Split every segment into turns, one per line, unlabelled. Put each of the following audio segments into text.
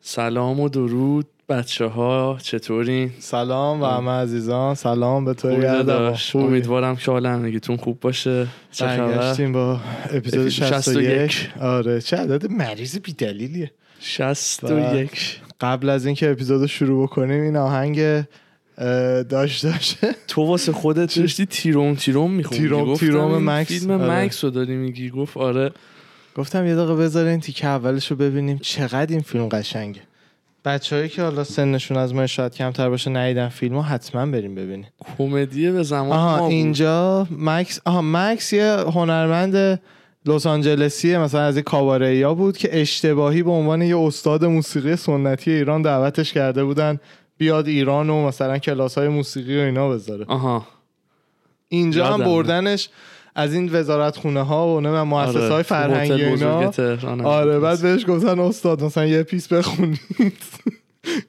سلام و درود بچه ها چطورین؟
سلام و همه عزیزان سلام به تو
خوبی
یادم
داداش امیدوارم که حال همگیتون خوب باشه چه خبر؟
برگشتیم با اپیزود
اپیزود
61 آره چه عدد مریض بیدلیلیه
شست
و-
و
بله.
یک
قبل از اینکه اپیزود رو شروع بکنیم این آهنگ اه، داش داشه
تو واسه خودت داشتی تیروم تیروم میخوندی
تیروم تیروم مکس،
فیلم
آره.
مکس رو داری میگی گفت آره
گفتم یه دقیقه بذار این تیکه اولش رو ببینیم چقدر این فیلم قشنگه بچههایی که حالا سنشون از ما شاید کمتر باشه ندیدن فیلم رو حتما بریم ببینیم
کمدی به زمان ما
آها
بود.
اینجا مکس آها مکس یه هنرمند لس آنجلسی مثلا از این کاباره ها بود که اشتباهی به عنوان یه استاد موسیقی سنتی ایران دعوتش کرده بودن بیاد ایران و مثلا کلاس های موسیقی و اینا بذاره
آها
اینجا هم
یادمه.
بردنش از این وزارت خونه ها و نه مؤسسه
آره،
های
تو هتل
فرهنگی و اینا
بزرگ تهران هم
آره
بود.
بعد بهش گفتن استاد مثلا یه پیس بخونید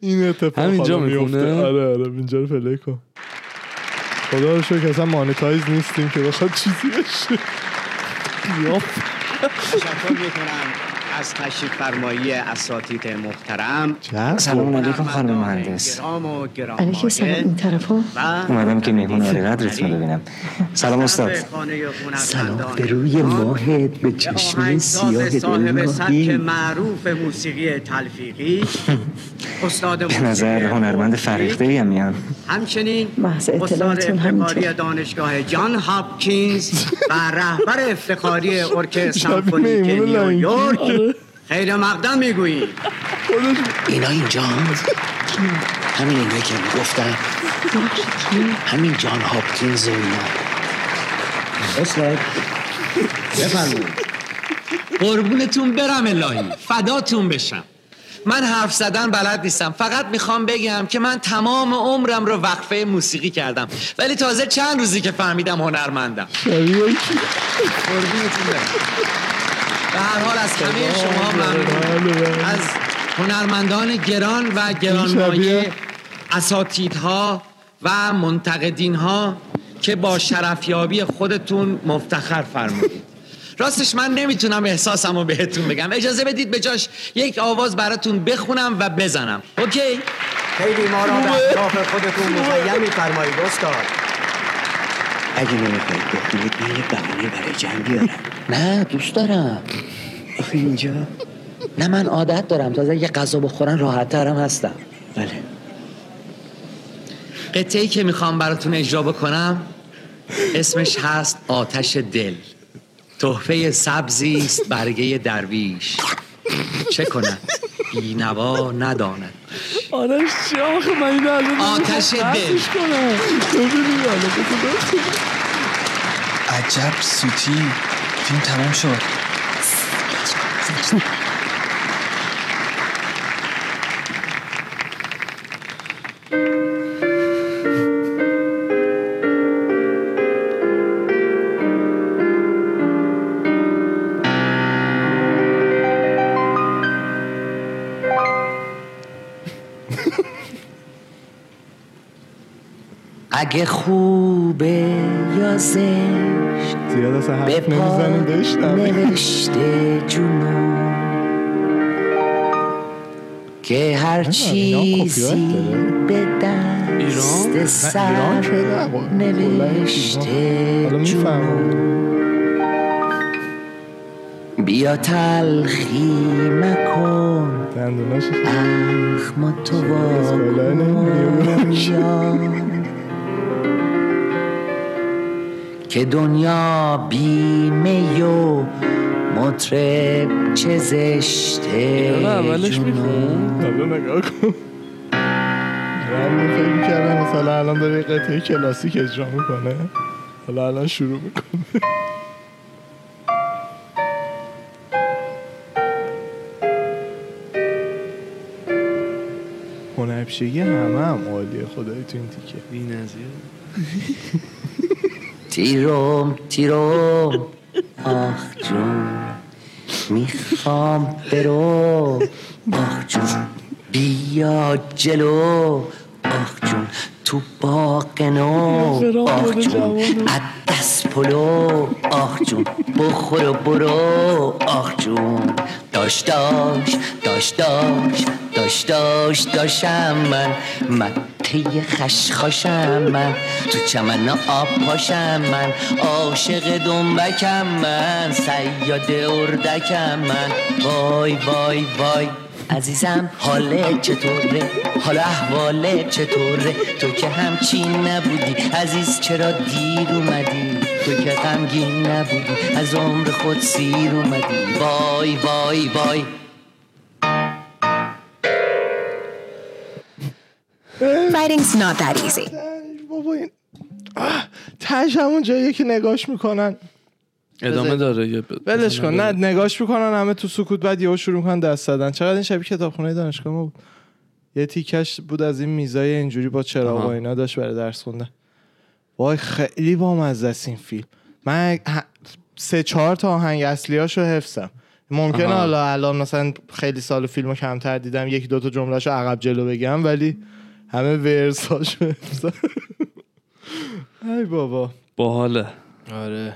این اتفاق
همینجا
حالا میفته.
می‌خونه؟
آره آره اینجا رو پلی کن خدا رو شکر که اصلا مانیتایز نیستیم که بخواد چیزی بشه
تشکر میکنم از تشریف فرمایی اساتید محترم
سلام علیکم خانم مهندس
گرام و
علیک سلام این طرفا
اومدم که مهمون عادت رو ببینم سلام استاد
سلام
به روی ماهت به چشمی سیاه
آهنگساز صاحب سبک
دلماهی
معروف موسیقی تلفیقی استاد
به نظر هنرمند فرهیخته ای هم میان
همچنین
محض
استاد
اطلاعتون
افتخاری
همینطور.
دانشگاه جان هاپکینز و رهبر افتخاری ارکستر
شبیه
سمفونیک
میمون لنگی.
نیویورک خیر مقدم میگوییم
اینا اینجا همین اینا که میگفتن همین جان هاپکینز و اینا
قربونتون برم الهی فداتون بشم من حرف زدن بلد نیستم فقط میخوام بگم که من تمام عمرم رو وقفه موسیقی کردم ولی تازه چند روزی که فهمیدم هنرمندم قربونتون برم به هر حال از همه شما ممنون از هنرمندان گران و
شبیه.
گرانمایه اساتیدها و منتقدین ها که با شرفیابی خودتون مفتخر فرمودید راستش من نمیتونم احساسم رو بهتون بگم اجازه بدید به جاش یک آواز براتون بخونم و بزنم اوکی؟
خیلی ما را به اهداف خودتون مخیم میفرمایید استاد
اگه نمیخواید بخونید من یه بهانه برای جمع بیارم نه دوست دارم آخه اینجا
نه من عادت دارم تازه یه غذا بخورن راحت ترم هستم
بله
قطعی که میخوام براتون اجرا بکنم اسمش هست آتش دل تحفه سبزی است برگه درویش چه کند بینوا نداند
آرش چی آخه من اینو الان
آتش
نمی‌خوام
دل.
قطعش کنم. ببینی الان بذار بخونم.
عجب سوتی فیلم تمام شد
اگه خوبه یا زشت
زیاد اصلا حرف نمیزنیم داشتم
نوشته جنون که هر
اینا کپی رایت چیزی داره؟
به
ایران؟ نه،
دست
ایران که نه، با- کلا این فیلم‌ها. حالا میفهمم
بیا تلخی مکن
دندوناش
اخم و تو
اسکایلاین نیویورک.
دنیا که دنیا بیمه و مطرب چه زشته
اینا رو اولش
جون.
میخون
حالا نگاه کن من فکر میکردم مثلا الان داره یه قطعه کلاسیک اجرا میکنه حالا الان شروع میکنه هنرپیشگی همه هم عالیه خدایی تو این تیکه
بی‌نظیر.
تیروم تیروم آخ جون میخوام برو آخ جون بیا جلو آخ جون تو باغ نو آخ جون از دست پلو آخ جون بخور و برو آخ جون
داشت داشت داشت داشت داشت داشت داشتم من مته خشخاشم من تو چمن آب پاشم من عاشق دنبکم من سیاد اردکم من وای وای وای عزیزم حاله چطوره حالا احواله چطوره تو که همچین نبودی عزیز چرا دیر اومدی تو که غمگین نبودی از عمر خود سیر اومدی وای وای وای
Writing's not that easy.
بابا این آه، تهش همون جاییه که نگاش میکنن
ادامه داره یه ب-
ولش
بزنم
کن نه
ببینم.
نگاش میکنن همه تو سکوت بعد یهو شروع میکنن دست زدن چقدر این شبیه کتابخونه دانشگاه ما بود یه تیکش بود از این میزای اینجوری با چراغ
آها.
و اینا داشت برای درس خوندن وای خیلی بامزه است این فیلم من ه- سه چهار تا آهنگ اصلیاشو حفظم ممکنه
آها.
حالا الان مثلا خیلی سال فیلمو کمتر دیدم یکی دو تا جملهشو عقب جلو بگم ولی همه ورساشو حفظم ای بابا
باحاله
آره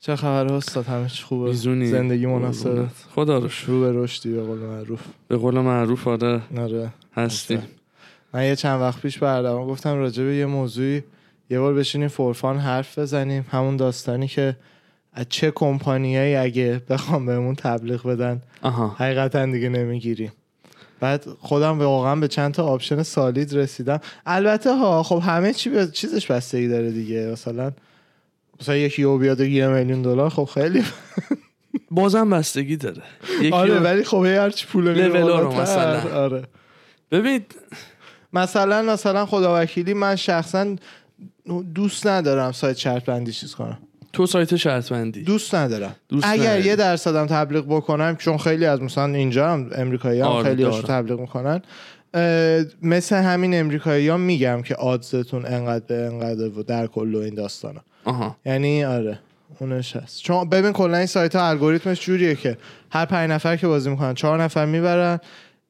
چه خبر استاد همه چی خوبه
میزونی
زندگی مناسبه
خدا رو شکر.
رو به رشدی به قول معروف
به قول معروف آره
آره
هستیم
من یه چند وقت پیش بردم گفتم راجع به یه موضوعی یه بار بشینیم فورفان حرف بزنیم همون داستانی که از چه کمپانیایی اگه بخوام بهمون تبلیغ بدن
آها
حقیقتا دیگه نمیگیریم بعد خودم واقعا به چند تا آپشن سالید رسیدم البته ها خب همه چی به چیزش بستگی داره دیگه مثلا مثلا یکی یهو بیاد بگه یه میلیون دلار خب خیلی
بازم بستگی داره یکی
آره
رو-
ولی خب هی هرچی پول میره
لول ها رو
بالاتر.
مثلا.
آره
ببینید
مثلا مثلا خداوکیلی من شخصا دوست ندارم سایت شرط بندی چیز کنم
تو سایت شرط بندی
دوست ندارم
دوست
اگر
نداری.
یه درصدم تبلیغ بکنم چون خیلی از مثلا اینجا هم امریکایی هم
آره،
خیلی هاشو
دارم.
تبلیغ میکنن مثل همین امریکایی ها میگم که آدزتون انقدر به انقدر و در کل و این داستانا
آها
یعنی آره اونش هست چون ببین کلا این سایت ها الگوریتمش جوریه که هر پنج نفر که بازی میکنن چهار نفر میبرن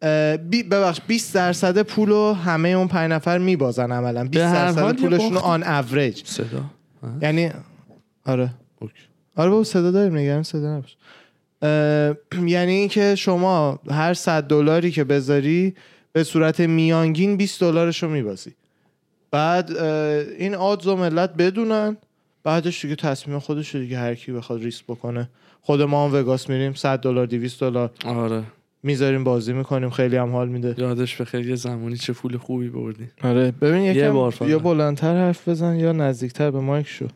اه، بی ببخش 20 درصد پول رو همه اون پنج نفر میبازن عملا 20
به هر
درصد
حال یه
پولشون رو
باخت.
آن اوریج
صدا
یعنی آره
اوکی.
آره بابا صدا داریم نگران صدا نباش اه، یعنی اینکه شما هر 100 دلاری که بذاری به صورت میانگین 20 دلارشو میبازی بعد اه، این آدز و ملت بدونن بعدش دیگه تصمیم خودش دیگه هر کی بخواد ریسک بکنه خود ما هم وگاس میریم 100 دلار 200 دلار
آره
میذاریم بازی میکنیم خیلی هم حال میده
یادش بخیر یه زمانی چه پول خوبی بردی
آره ببین یکم
بار فقط.
یا بلندتر حرف بزن یا نزدیکتر به مایک شو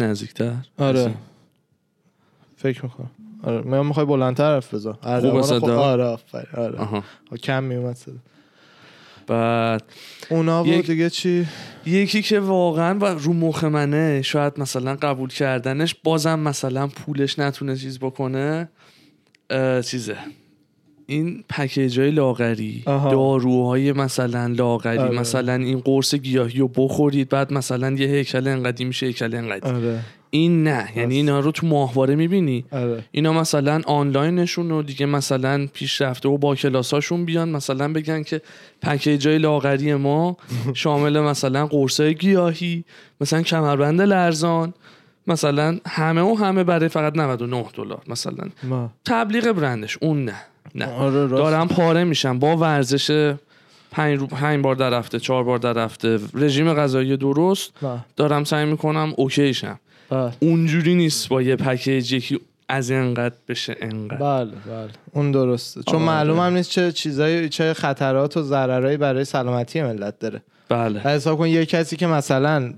نزدیکتر
آره
اصلا.
فکر میکنم آره من میخوای بلندتر حرف بزن آره
خوبه
آره، خب،
صدا؟
آره آفرین آره
آها
آه، کم میومد صدا
بعد
اونا و
یک-
دیگه چی
یکی که واقعا و رو مخ منه شاید مثلا قبول کردنش بازم مثلا پولش نتونه چیز بکنه اه، چیزه این پکیج های لاغری
آها.
داروهای مثلا لاغری
آره.
مثلا این قرص گیاهی رو بخورید بعد مثلا یه هیکل انقدی میشه هیکل انقدی
آره
این نه یعنی اینا رو تو ماهواره میبینی
آره
اینا مثلا آنلاینشون و دیگه مثلا پیشرفته و با کلاساشون بیان مثلا بگن که پکیج های لاغری ما شامل مثلا قرصای گیاهی مثلا کمربند لرزان مثلا همه و همه برای فقط 99 دلار مثلا
ما
تبلیغ برندش اون نه نه
آره، راست.
دارم پاره میشم با ورزش پنج, رو... پنج بار در هفته چهار بار در هفته رژیم غذایی درست
نه.
دارم سعی میکنم اوکیشم
بله
اونجوری نیست با یه پکیج یکی از انقدر بشه انقدر
بله بله اون درسته چون
آره.
معلوم هم نیست چه چیزایی چه خطرات و ضررایی برای سلامتی ملت داره و
بله
حساب کن یه کسی که مثلا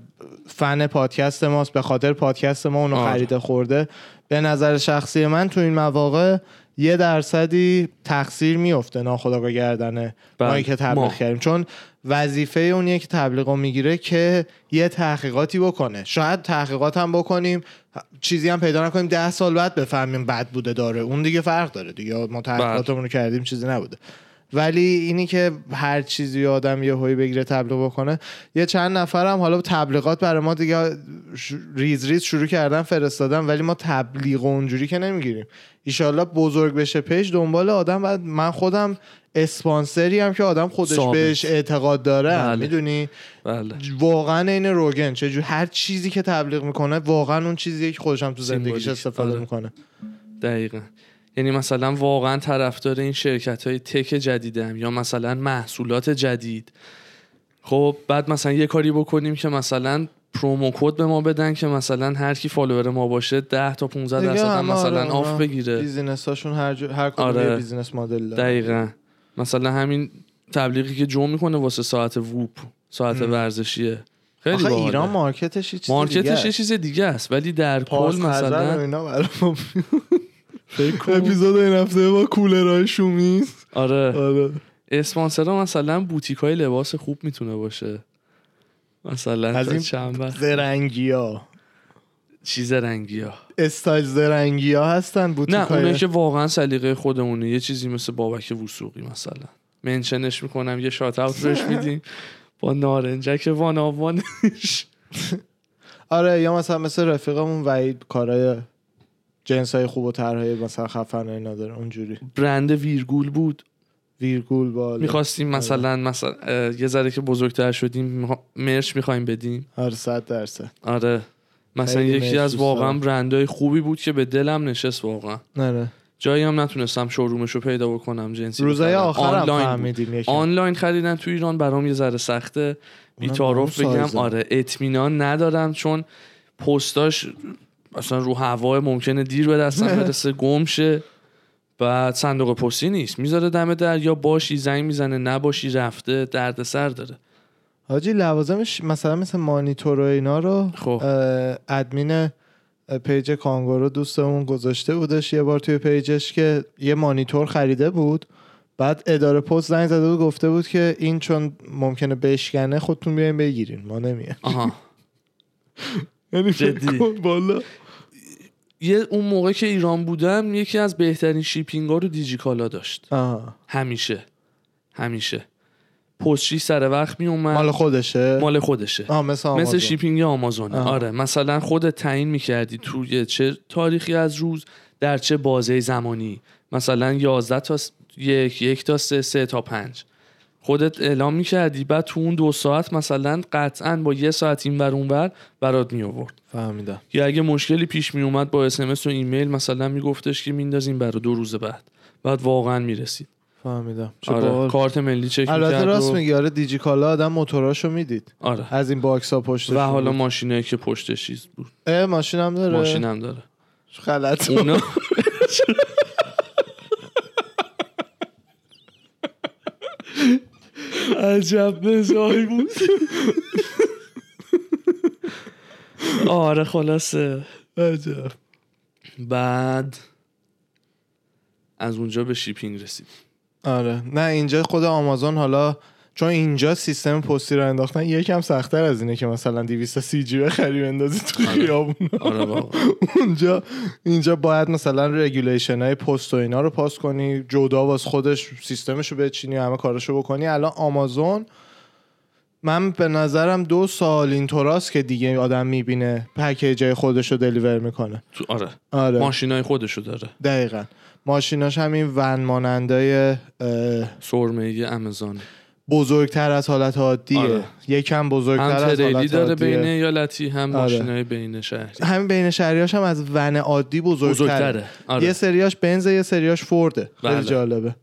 فن پادکست ماست به خاطر پادکست ما اونو
آره.
خریده خورده به نظر شخصی من تو این مواقع یه درصدی تقصیر میفته ناخداگاه گردنه
بله.
ما که تبلیغ
ما.
کردیم چون وظیفه اونیه که تبلیغ رو میگیره که یه تحقیقاتی بکنه شاید تحقیقات هم بکنیم چیزی هم پیدا نکنیم ده سال بعد بفهمیم بد بوده داره اون دیگه فرق داره دیگه
بله.
ما تحقیقاتمون رو کردیم چیزی نبوده ولی اینی که هر چیزی آدم یه هایی بگیره تبلیغ بکنه یه چند نفرم حالا تبلیغات برای ما دیگه ش- ریز ریز شروع کردن فرستادن ولی ما تبلیغ و اونجوری که نمیگیریم ایشالله بزرگ بشه پیش دنبال آدم بعد من خودم اسپانسری هم که آدم خودش
ثابت.
بهش اعتقاد داره
بله.
میدونی
بله
واقعا عین روگن چجور هر چیزی که تبلیغ میکنه واقعا اون چیزیه که خودش هم تو زندگیش
سیمبولیک.
استفاده
آره.
میکنه
دقیقا یعنی مثلا واقعا طرفدار این شرکت های تک جدیدم یا مثلا محصولات جدید خب بعد مثلا یه کاری بکنیم که مثلا پرومو کد به ما بدن که مثلا هر کی فالوور ما باشه 10 تا 15
دیگه
درصد هم
همه
مثلا
آره،
آف
اونا
بگیره
بیزینس هاشون هر, جو... هر کدوم
آره.
یه بیزینس مدل داره
دقیقا مثلا همین تبلیغی که جو میکنه واسه ساعت ووپ ساعت ورزشیه خیلی
آخه
باحاله.
ایران مارکتش یه چیز
مارکتش یه
دیگه
چیز دیگه است ولی در
پاس
کل
خزر و
مثلا
اینا برای ما اپیزود این هفته با کولرهای شومی است.
آره
آره
اسپانسرها مثلا بوتیک های لباس خوب میتونه باشه مثلا
از
از
این
این چند وقت
زرنگی ها
چیز رنگی ها
استایل زرنگی ها هستن بوتیک
نه اونایی
های
که واقعا سلیقه خودمونه یه چیزی مثل بابک وسوقی مثلا منشنش میکنم یه شات اوت بهش میدیم با نارنجک وان آوانش
آره یا مثلا مثل رفیقمون وحید کارهای جنس های خوب و طرحهای مثلا خفن و اینا داره اونجوری
برند ویرگول بود
ویرگول بالا
میخواستیم
آره.
مثلا مثلا اه، یه ذره که بزرگتر شدیم میخوا- مرچ میخوایم بدیم
آره صد درصد
آره مثلا
خیلی مرچ
یکی از
دوست
واقعا
دارم.
برندهای خوبی بود که به دلم نشست واقعا
آره
جایی هم نتونستم شورومش رو پیدا بکنم جنسی
روزای
بخرم.
آخر هم
آنلاین بود.
فهمیدیم یکی
آنلاین خریدن تو ایران برام یه ذره سخته بیتاروف
اونم اون
بگم
سایزه.
آره اطمینان ندارم چون پستاش اصلا رو هوا ممکنه دیر به دستم برسه گم شه بعد صندوق پستی نیست میذاره دم در یا باشی زنگ میزنه نباشی رفته دردسر داره
حاجی لوازمش مثلا مثل مانیتور و اینا رو
خب.
اه، ادمین اه، پیج کانگورو دوستمون گذاشته بودش یه بار توی پیجش که یه مانیتور خریده بود بعد اداره پست زنگ زده بود گفته بود که این چون ممکنه بشکنه خودتون بیاین بگیرین ما نمیه
آها
یعنی
جدی.
فکر کن بالا
یه اون موقع که ایران بودم یکی از بهترین شیپینگ ها رو دیجیکالا داشت
آها.
همیشه همیشه پستچی سر وقت می اومد
مال خودشه
مال خودشه
آه مثل,
مثل
آمازون.
شیپینگ آمازون
آها.
آره مثلا خودت تعیین میکردی توی چه تاریخی از روز در چه بازه زمانی مثلا 11 تا س- یک یک تا سه سه تا پنج خودت اعلام میکردی بعد تو اون دو ساعت مثلا قطعا با یه ساعت این ور اون ور برات می آورد
فهمیدم
یا اگه مشکلی پیش می اومد با اسمس و ایمیل مثلا میگفتش که میندازیم برای دو روز بعد بعد واقعا میرسید
فهمیدم چه
آره
باحال.
کارت ملی چک
البته
می‌کرد
راست
و-
میگی آره دیجیکالا آدم موتوراشو میدید
آره
از این باکس ها پشتش
و حالا ماشینه که پشتش چیز بود
ماشین هم داره
ماشینم داره
غلط
اونا عجب نزاعی بود آره خلاصه عجب بعد از اونجا به شیپینگ رسید
آره نه اینجا خود آمازون حالا چون اینجا سیستم پستی رو انداختن یکم سختتر از اینه که مثلا 230 جی بخری بندازی تو خیابون
آره واقعا
اونجا اینجا باید مثلا رگولیشن های پست و اینا رو پاس کنی جدا واس خودش سیستمش رو بچینی و همه کاراشو بکنی الان آمازون من به نظرم دو سال اینطوراست که دیگه آدم میبینه پکیج های خودش رو دلیور میکنه
تو آره
آره
ماشینای خودشو داره
دقیقا ماشیناش همین ون مانندای اه،
سرمه امازون
بزرگتر از حالت عادیه
آره.
یکم بزرگتر
هم
از
تریلی
حالت
داره
عادیه.
بین ایالتی هم
آره.
ماشینای بین شهری
همین بین شهریاش هم از ون عادی بزرگتره,
بزرگتره آره.
یه سریاش بنز یه سریاش فورده
بله.
خیلی جالبه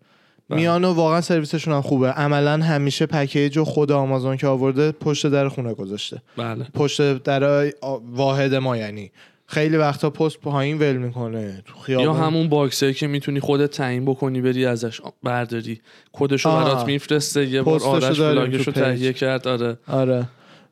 بله.
میان و واقعا سرویسشون هم خوبه عملا همیشه پکیج و خود آمازون که آورده پشت در خونه گذاشته
بله
پشت در آ- واحد ما یعنی خیلی وقتا پست پایین ول میکنه تو خیابون
یا همون باکسه که میتونی خودت تعیین بکنی بری ازش برداری کدشو
آه.
برات میفرسته یه بار
پستشو
آرش
داریم
بلاگشو
تو پیج.
تهیه کرد آره
آره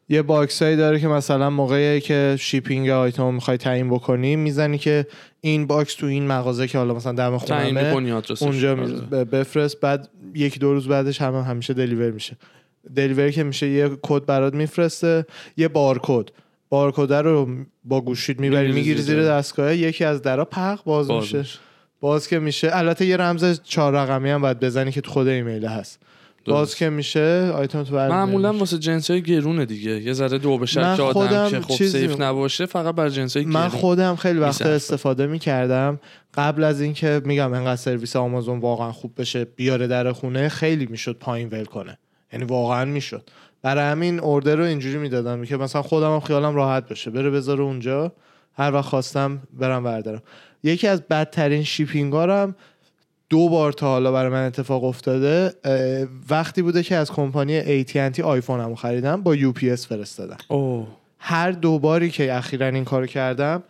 یه باکسایی داره که مثلا موقعی که شیپینگ آیتم رو میخوای تعیین بکنی میزنی که این باکس تو این مغازه که حالا مثلا دم
تعیین
خونمه
میکنی آدرسش
اونجا
آره.
میز- ب- بفرست بعد یکی دو روز بعدش هم همیشه دلیور میشه دلیور که میشه یه کد برات میفرسته یه بارکد بارکد رو با گوشید میبری
می‌گیری
میگیری
زیر
زیر
در.
دستگاه یکی از درا پق باز,
باز
میشه
میشه.
باز که میشه البته یه رمز چهار رقمی هم باید بزنی که تو خود ایمیل هست باز
درست.
که میشه آیتم تو برمی‌داری.
معمولا واسه جنس های گرونه دیگه یه ذره دو به
من
شک آدم
خودم
که خب
چیزی-
سیف نباشه فقط بر جنس های
من خودم خیلی وقتا
می‌صرفه.
استفاده میکردم قبل از اینکه میگم انقدر سرویس آمازون واقعا خوب بشه بیاره در خونه خیلی میشد پایین ول کنه یعنی واقعا میشد برای همین اوردر رو اینجوری میدادم که مثلا خودم هم خیالم راحت بشه بره بذاره اونجا هر وقت خواستم برم بردارم یکی از بدترین شیپینگ هم دو بار تا حالا برای من اتفاق افتاده اه، وقتی بوده که از کمپانی AT&T آیفونمو خریدم با UPS فرستادم
اوه
هر دو باری که اخیرا این کارو کردم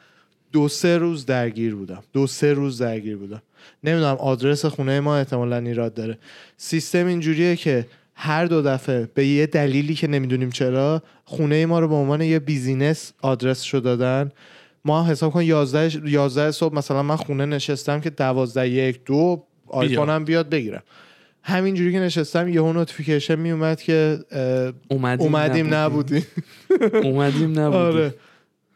دو سه روز درگیر بودم دو سه روز درگیر بودم نمیدونم آدرس خونه ما احتمالا ایراد داره سیستم اینجوریه که هر دو دفعه به یه دلیلی که نمیدونیم چرا خونه ما رو به عنوان یه بیزینس آدرسشو دادن ما حساب کن 11 11 صبح مثلا من خونه نشستم که 12 یک دو آیفونم بیاد بگیرم همینجوری که نشستم یهو نوتیفیکیشن میومد که اه،
اومدیم نبودیم.
اومدیم نبودیم
اومدیم نبودیم
آره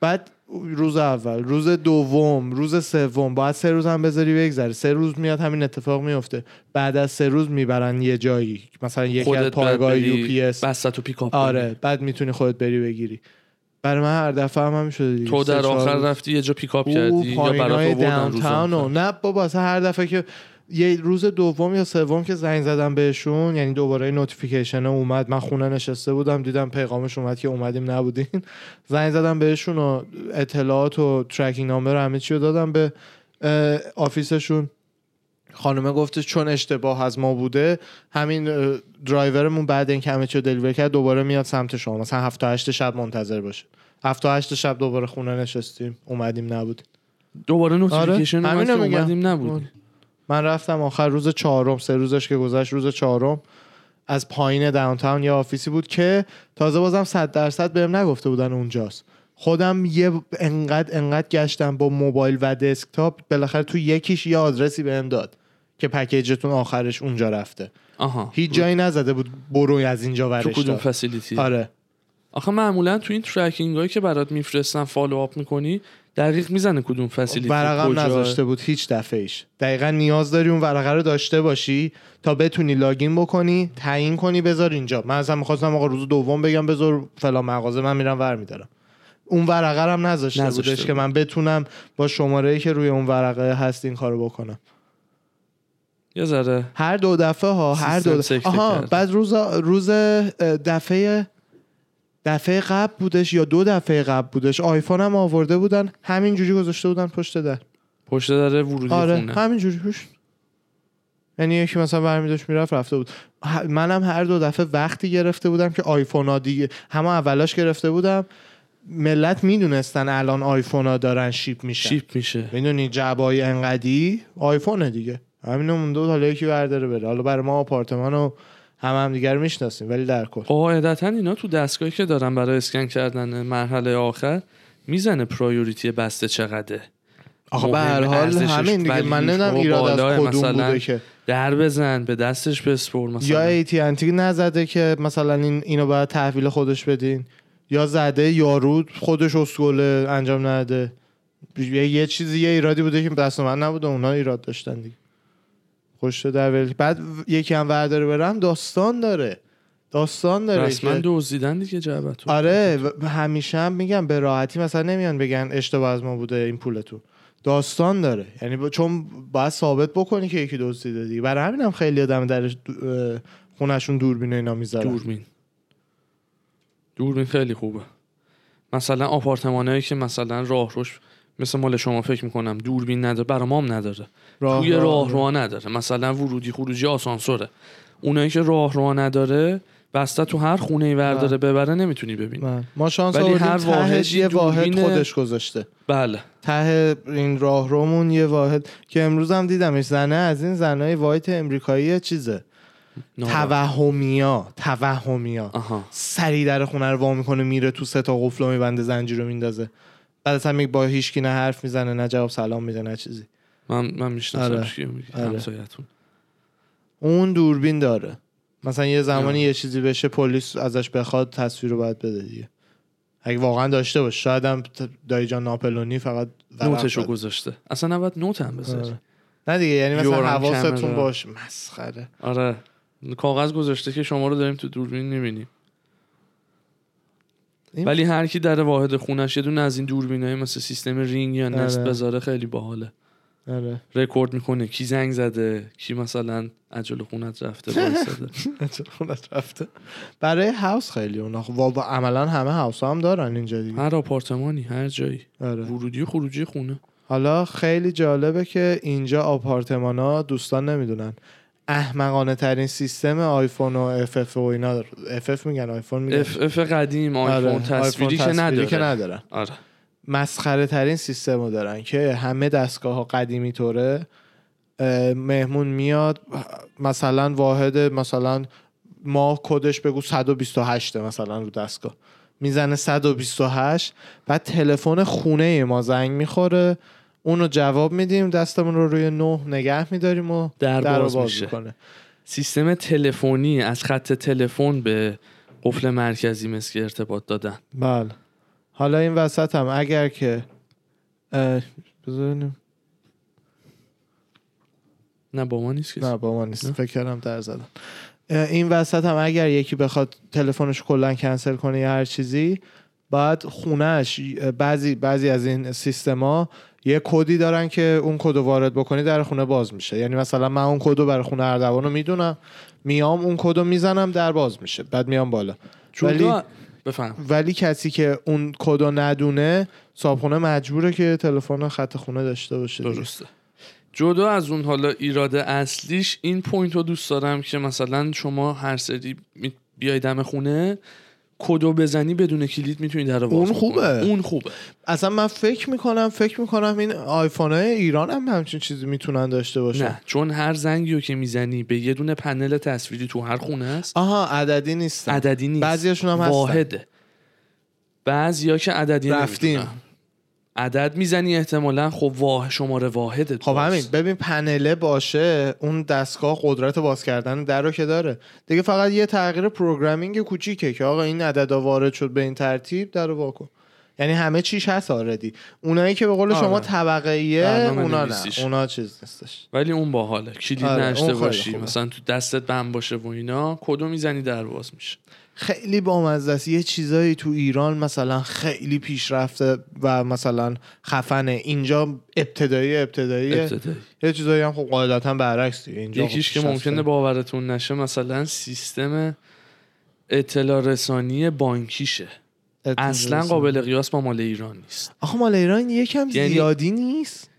بعد روز اول روز دوم روز سوم باید سه روز هم بذاری بگذره سه روز میاد همین اتفاق میفته بعد از سه روز میبرن یه جایی مثلا یکی از
خودت باید
پایگاه یو
بری
پی اس
بستت و پیکاپ کنی.
آره بعد میتونی خودت بری بگیری برای من هر دفعه هم هم شده دیگه.
تو
سه،
در
چهار
آخر
روز.
رفتی یه جا پیکاپ
او
کردی یا برات
پایینای
آوردن روز
داونتاون و
آخر.
نه بابا اصلا هر دفعه که یه روز دوم یا سوم که زنگ زدم بهشون یعنی دوباره نوتیفیکیشن اومد من خونه نشسته بودم دیدم پیغامش اومد که اومدیم نبودین زنگ زدم بهشون و اطلاعات و ترکینگ نامبر و همه چی رو دادم به اه، آفیسشون خانمه گفته چون اشتباه از ما بوده همین اه، درایورمون بعد اینکه همه چی رو دلیور کرد دوباره میاد سمت شما مثلا هفت تا هشت شب منتظر باشه هفت تا هشت شب دوباره خونه نشستیم اومدیم نبودیم
دوباره نوتیفیکیشن
آره،
اومد که
همینو میگم.
اومدیم نبودیم
من رفتم آخر روز چهارم سه روزش که گذشت روز چهارم از پایین داونتاون یا آفیسی بود که تازه بازم صد درصد بهم نگفته بودن اونجاست خودم یه انقدر انقدر گشتم با موبایل و دسکتاپ بالاخره تو یکیش یه آدرسی بهم داد که پکیجتون آخرش اونجا رفته
آها
هیچ جایی نزده بود بروی از اینجا
تو
ورش
کدوم
دار.
فسیلیتی
آره
آخه معمولا تو این ترکینگ هایی که برات میفرستن فالو آپ میکنی دقیق میزنه کدوم فسیلیتی
خب، ورقم
کجا.
نذاشته بود هیچ دفعه ایش دقیقا نیاز داری اون ورقه رو داشته باشی تا بتونی لاگین بکنی تعیین کنی بذار اینجا من اصلا میخواستم آقا روز دوم بگم بذار فلان مغازه من میرم ور میدارم اون ورقه رو هم نذاشته,
نذاشته
بودش
بود.
که من بتونم با شماره که روی اون ورقه هست این کارو بکنم
یه ذره
هر دو دفعه ها هر دو
سیستم سکته
دفعه. آها
کرد.
بعد روز روز دفعه دفعه قبل بودش یا دو دفعه قبل بودش آیفون هم آورده بودن همینجوری گذاشته بودن پشت در
پشت داره ورودی
آره
خونه
همینجوری روش یعنی یکی مثلا برمی داشت میرفت رفته بود ه- منم هر دو دفعه وقتی گرفته بودم که آیفون ها دیگه همه اولاش گرفته بودم ملت میدونستن الان آیفون ها دارن شیپ میشن
شیپ میشه
میدونی جبای انقدی آیفونه دیگه همین مونده بود حالا یکی برداره بره حالا برای ما آپارتمان و هم هم دیگر میشناسیم ولی در کل
قاعدتا خب، اینا تو دستگاهی که دارن برای اسکن کردن مرحله آخر میزنه پرایوریتی بسته چقدره
آخه به
مهم،
هر یعنی حال
ارزشش،
همین دیگه من
valueش
نمیدونم
بابا
ایراد از
بالاه.
کدوم
مثلا
بوده که
در بزن به دستش بسپر مثلا
یا AT&T نزده که مثلا این اینو باید تحویل خودش بدین یا زده یارو خودش اسکوله انجام نده یه, یه چیزی یه ایرادی بوده که دست من نبوده اونا ایراد داشتن دیگه خوش در ولی بعد یکی هم ورداره برم داستان داره داستان داره
رسما
که-
دوزیدن دیگه جعبتو
آره و- و همیشه هم میگم به راحتی مثلا نمیان بگن اشتباه از ما بوده این پولتون داستان داره یعنی با- چون باید ثابت بکنی که یکی دزدیده دیگه برای همینم خیلی آدم در خونشون دوربین و اینا میذارن
دوربین دوربین خیلی خوبه مثلا آپارتمانایی که مثلا راهروش مثل مال شما فکر میکنم دوربین نداره برای ما هم نداره
راه
توی
رو-
راهرو نداره مثلا ورودی خروجی آسانسوره اونایی که راهرو نداره بسته تو هر خونه ای
بله.
ورداره ببره نمیتونی ببینی
من. ما شانس
ولی
آوردیم
هر
تهش
واحدی
یه واحد
دوربین-
خودش گذاشته
بله
ته این راهرومون یه واحد که امروز هم دیدمش زنه از این زنهای وایت امریکایی چیزه
ناراحت.
توهمیا توهمیا
آها
سری در خونه رو وا میکنه میره تو سه تا قفل رو میبنده زنجیر رو میندازه بعد از هم با هیچکی نه حرف میزنه نه جواب سلام میده نه چیزی
من من میشناسم
آره.
چیه میگی
آره.
همسایه‌تون.
اون دوربین داره مثلا یه زمانی یه چیزی بشه پلیس ازش بخواد تصویر رو باید بده دیگه اگه واقعا داشته باشه شاید هم دایی جان ناپلونی فقط ورق
نوتشو
داره.
گذاشته اصلا نباید نوت هم بذاری
آره. نه دیگه یعنی مثلا
یورم
حواستون
کمره.
باشه مسخره
آره کاغذ گذاشته که شما رو داریم تو دوربین نمیبینیم
این-
ولی هر کی در واحد خونش یه دونه از این دوربینای مثل سیستم رینگ یا نست
آره.
بذاره خیلی باحاله
آره.
رکورد میکنه کی زنگ زده کی مثلا عجل خونت رفته وایساده.
خونت رفته برای هاوس خیلی اونا خب واقعا عملا همه هاوس هم دارن اینجا دیگه
هر آپارتمانی هر جایی
آره.
ورودی و خروجی خونه
حالا خیلی جالبه که اینجا آپارتمان ها دوستان نمیدونن احمقانه ترین سیستم آیفون و اف اف و اینا اف اف میگن آیفون میگن
اف اف قدیم آیفون
آره.
تصویری,
آیفون تصویری
که
که
نداره
ندارن
آره
مسخره ترین سیستم رو دارن که همه دستگاه ها قدیمی طوره اه، مهمون میاد مثلا واحد مثلا ما کدش بگو 128 مثلا رو دستگاه میزنه 128 بعد تلفن خونه ما زنگ میخوره اونو جواب میدیم دستمون رو روی نه نگه میداریم و
در
رو
باز میشه.
میکنه
سیستم تلفنی از خط تلفن به قفل مرکزی مثل که ارتباط دادن
بله حالا این وسط هم اگر که اه، بذار ببینیم.
نه با ما نیست کسی
نه با ما نیست فکر کردم در زدم اه، این وسط هم اگر یکی بخواد تلفنش کلا کنسل کنه یا هر چیزی بعد خونهش اه، بعضی بعضی از این سیستما یه کدی دارن که اون کد رو وارد بکنی در خونه باز میشه یعنی مثلا من اون کد رو برای خونه اردوان رو میدونم میام اون کد رو میزنم در باز میشه بعد میام بالا ولی
جدا بفهم
ولی کسی که اون کد رو ندونه صابخونه مجبوره که تلفن خط خونه داشته باشه دیگه.
درسته جدا از اون حالا ایراد اصلیش این پوینت رو دوست دارم که مثلا شما هر سری می- بیای دم خونه کدو بزنی بدون کلید میتونی در رو باز
اون
بکنی.
خوبه.
اون خوبه
اصلا من فکر میکنم فکر میکنم این آیفون های ایران هم همچین چیزی میتونن داشته باشن
نه چون هر زنگی رو که میزنی به یه دونه پنل تصویری تو هر خونه است
آها عددی نیستن
عددی نیست
بعضیاشون هم هستن.
واحده بعضیا که عددی
رفتیم.
نمی‌دونن. عدد میزنی احتمالا خب واه شماره واحده
خب
درست.
همین ببین پنله باشه اون دستگاه قدرت باز کردن در رو که داره دیگه فقط یه تغییر پروگرامینگ کوچیکه که آقا این عددا وارد شد به این ترتیب در رو واکن یعنی همه چیش هست آردی اونایی که به قول شما
آره.
طبقه ایه
برنامه
اونا نه
نویسیش.
اونا چیز نیستش
ولی اون باحاله کلید
آره، اون
نشته
خیلی
باشی
خوبه.
مثلا تو دستت بم باشه و اینا کدو میزنی در باز میشه
خیلی بامزه است یه چیزایی تو ایران مثلا خیلی پیشرفته و مثلا خفنه اینجا ابتدایی ابتدایی
ابتدایی.
یه چیزایی هم خب قاعدتا برعکس دیگه اینجا خب
یکیش که
پیشرفته.
ممکنه باورتون نشه مثلا سیستم اطلاع رسانی بانکیشه
اطلاع
اصلا
رسانی.
قابل قیاس با مال ایران نیست
آخه مال ایران یکم
یعنی-
زیادی نیست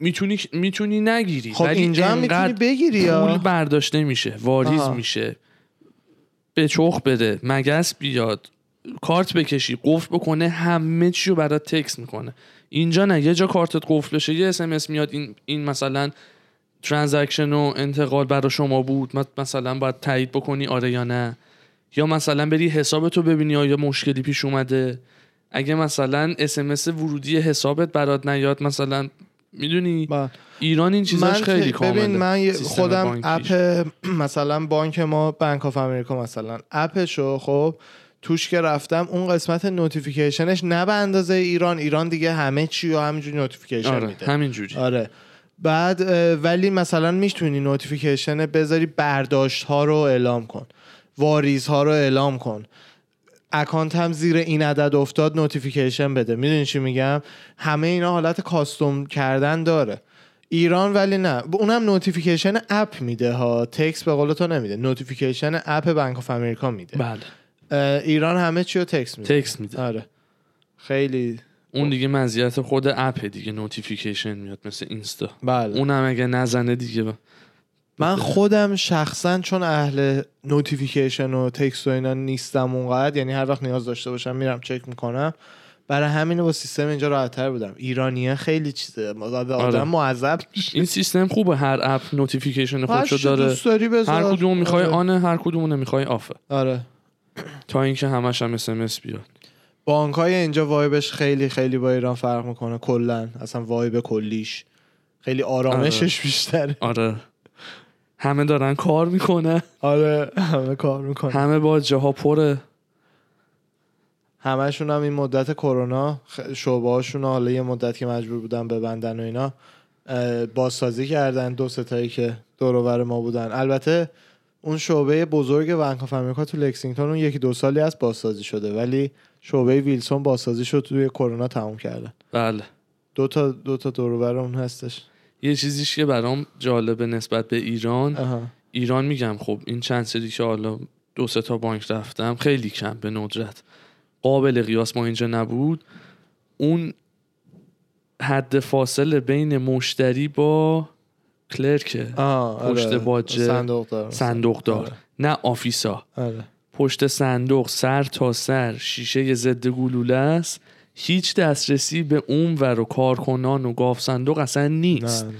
میتونی میتونی نگیری
خب
ولی
اینجا هم
انقدر
میتونی بگیری
پول
یا
برداشت نمیشه واریز
آها.
میشه به چخ بده مگس بیاد کارت بکشی قفل بکنه همه چی رو برات تکس میکنه اینجا نه یه جا کارتت قفل بشه یه اسمس میاد این, این مثلا ترانزکشن و انتقال برا شما بود م- مثلا باید تایید بکنی آره یا نه یا مثلا بری حسابتو ببینی آیا مشکلی پیش اومده اگه مثلا اسمس ورودی حسابت برات نیاد مثلا میدونی
بله.
ایران این
من
چیزاش
که-
خیلی کامله
ببین من یه-
سیستم
خودم
بانکیش.
اپ مثلا بانک ما بانک آف امریکا مثلا اپشو خب توش که رفتم اون قسمت نوتیفیکیشنش نه به اندازه ایران ایران دیگه همه چی و همینجور نوتیفیکیشن
آره
میده
همینجوری
آره بعد اه، ولی مثلا میتونی نوتیفیکیشن بذاری برداشت ها رو اعلام کن واریز ها رو اعلام کن اکانت هم زیر این عدد افتاد نوتیفیکیشن بده میدونی چی میگم همه اینا حالت کاستوم کردن داره ایران ولی نه اونم نوتیفیکیشن اپ میده ها تکس به قول تو نمیده نوتیفیکیشن اپ بانک آف امریکا میده
بله
اه، ایران همه چی رو تکس میده
تکس میده
آره خیلی
اون دیگه مزیت خود اپ دیگه نوتیفیکیشن میاد مثل اینستا
بله
اونم اگه نزنه دیگه ب-
من خودم شخصا چون اهل نوتیفیکیشن و تکست و اینا نیستم اونقدر یعنی هر وقت نیاز داشته باشم میرم چک میکنم برای همین با سیستم اینجا راحتتر بودم ایرانیه خیلی چیزه ما- آدم
آره.
معذب میشه
این سیستم خوبه هر اپ نوتیفیکیشن
هر
خودشو
چی
داره
دوست داری بذار.
هر کدوم میخوای
آره.
آنه هر کدوم نمیخوای آفه
آره
تا اینکه همش هم اس بیاد
بانک های اینجا وایبش خیلی خیلی با ایران فرق میکنه کلا اصلا وایب کلیش خیلی آرامشش بیشتره
آره همه دارن کار میکنه
آره همه کار میکنه
همه با جاها پره
همشون هم این مدت کرونا خ- شعبه هاشون حالا یه مدت که مجبور بودن ببندن و اینا اه، بازسازی کردن دو ستایی که دور و بر ما بودن البته اون شعبه بزرگ بانک آف امریکا تو لکسینگتون اون یکی دو سالی از بازسازی شده ولی شعبه ویلسون بازسازی شد توی کرونا تموم کردن
بله
دو تا دو تا دور و بر اون هستش
یه چیزیش که برام جالبه نسبت به ایران ایران میگم خب این چند سری که حالا دو سه تا بانک رفتم خیلی کم به ندرت قابل قیاس ما اینجا نبود اون حد فاصله بین مشتری با کلرکه
آه،
پشت
آره.
باجه
صندوقدار.
صندوقدار.
آره.
نه آفیسا
آره.
پشت صندوق سر تا سر شیشه ضد گلوله است هیچ دسترسی به اون ور و کارکنان و گاف صندوق اصلا نیست
نه، نه.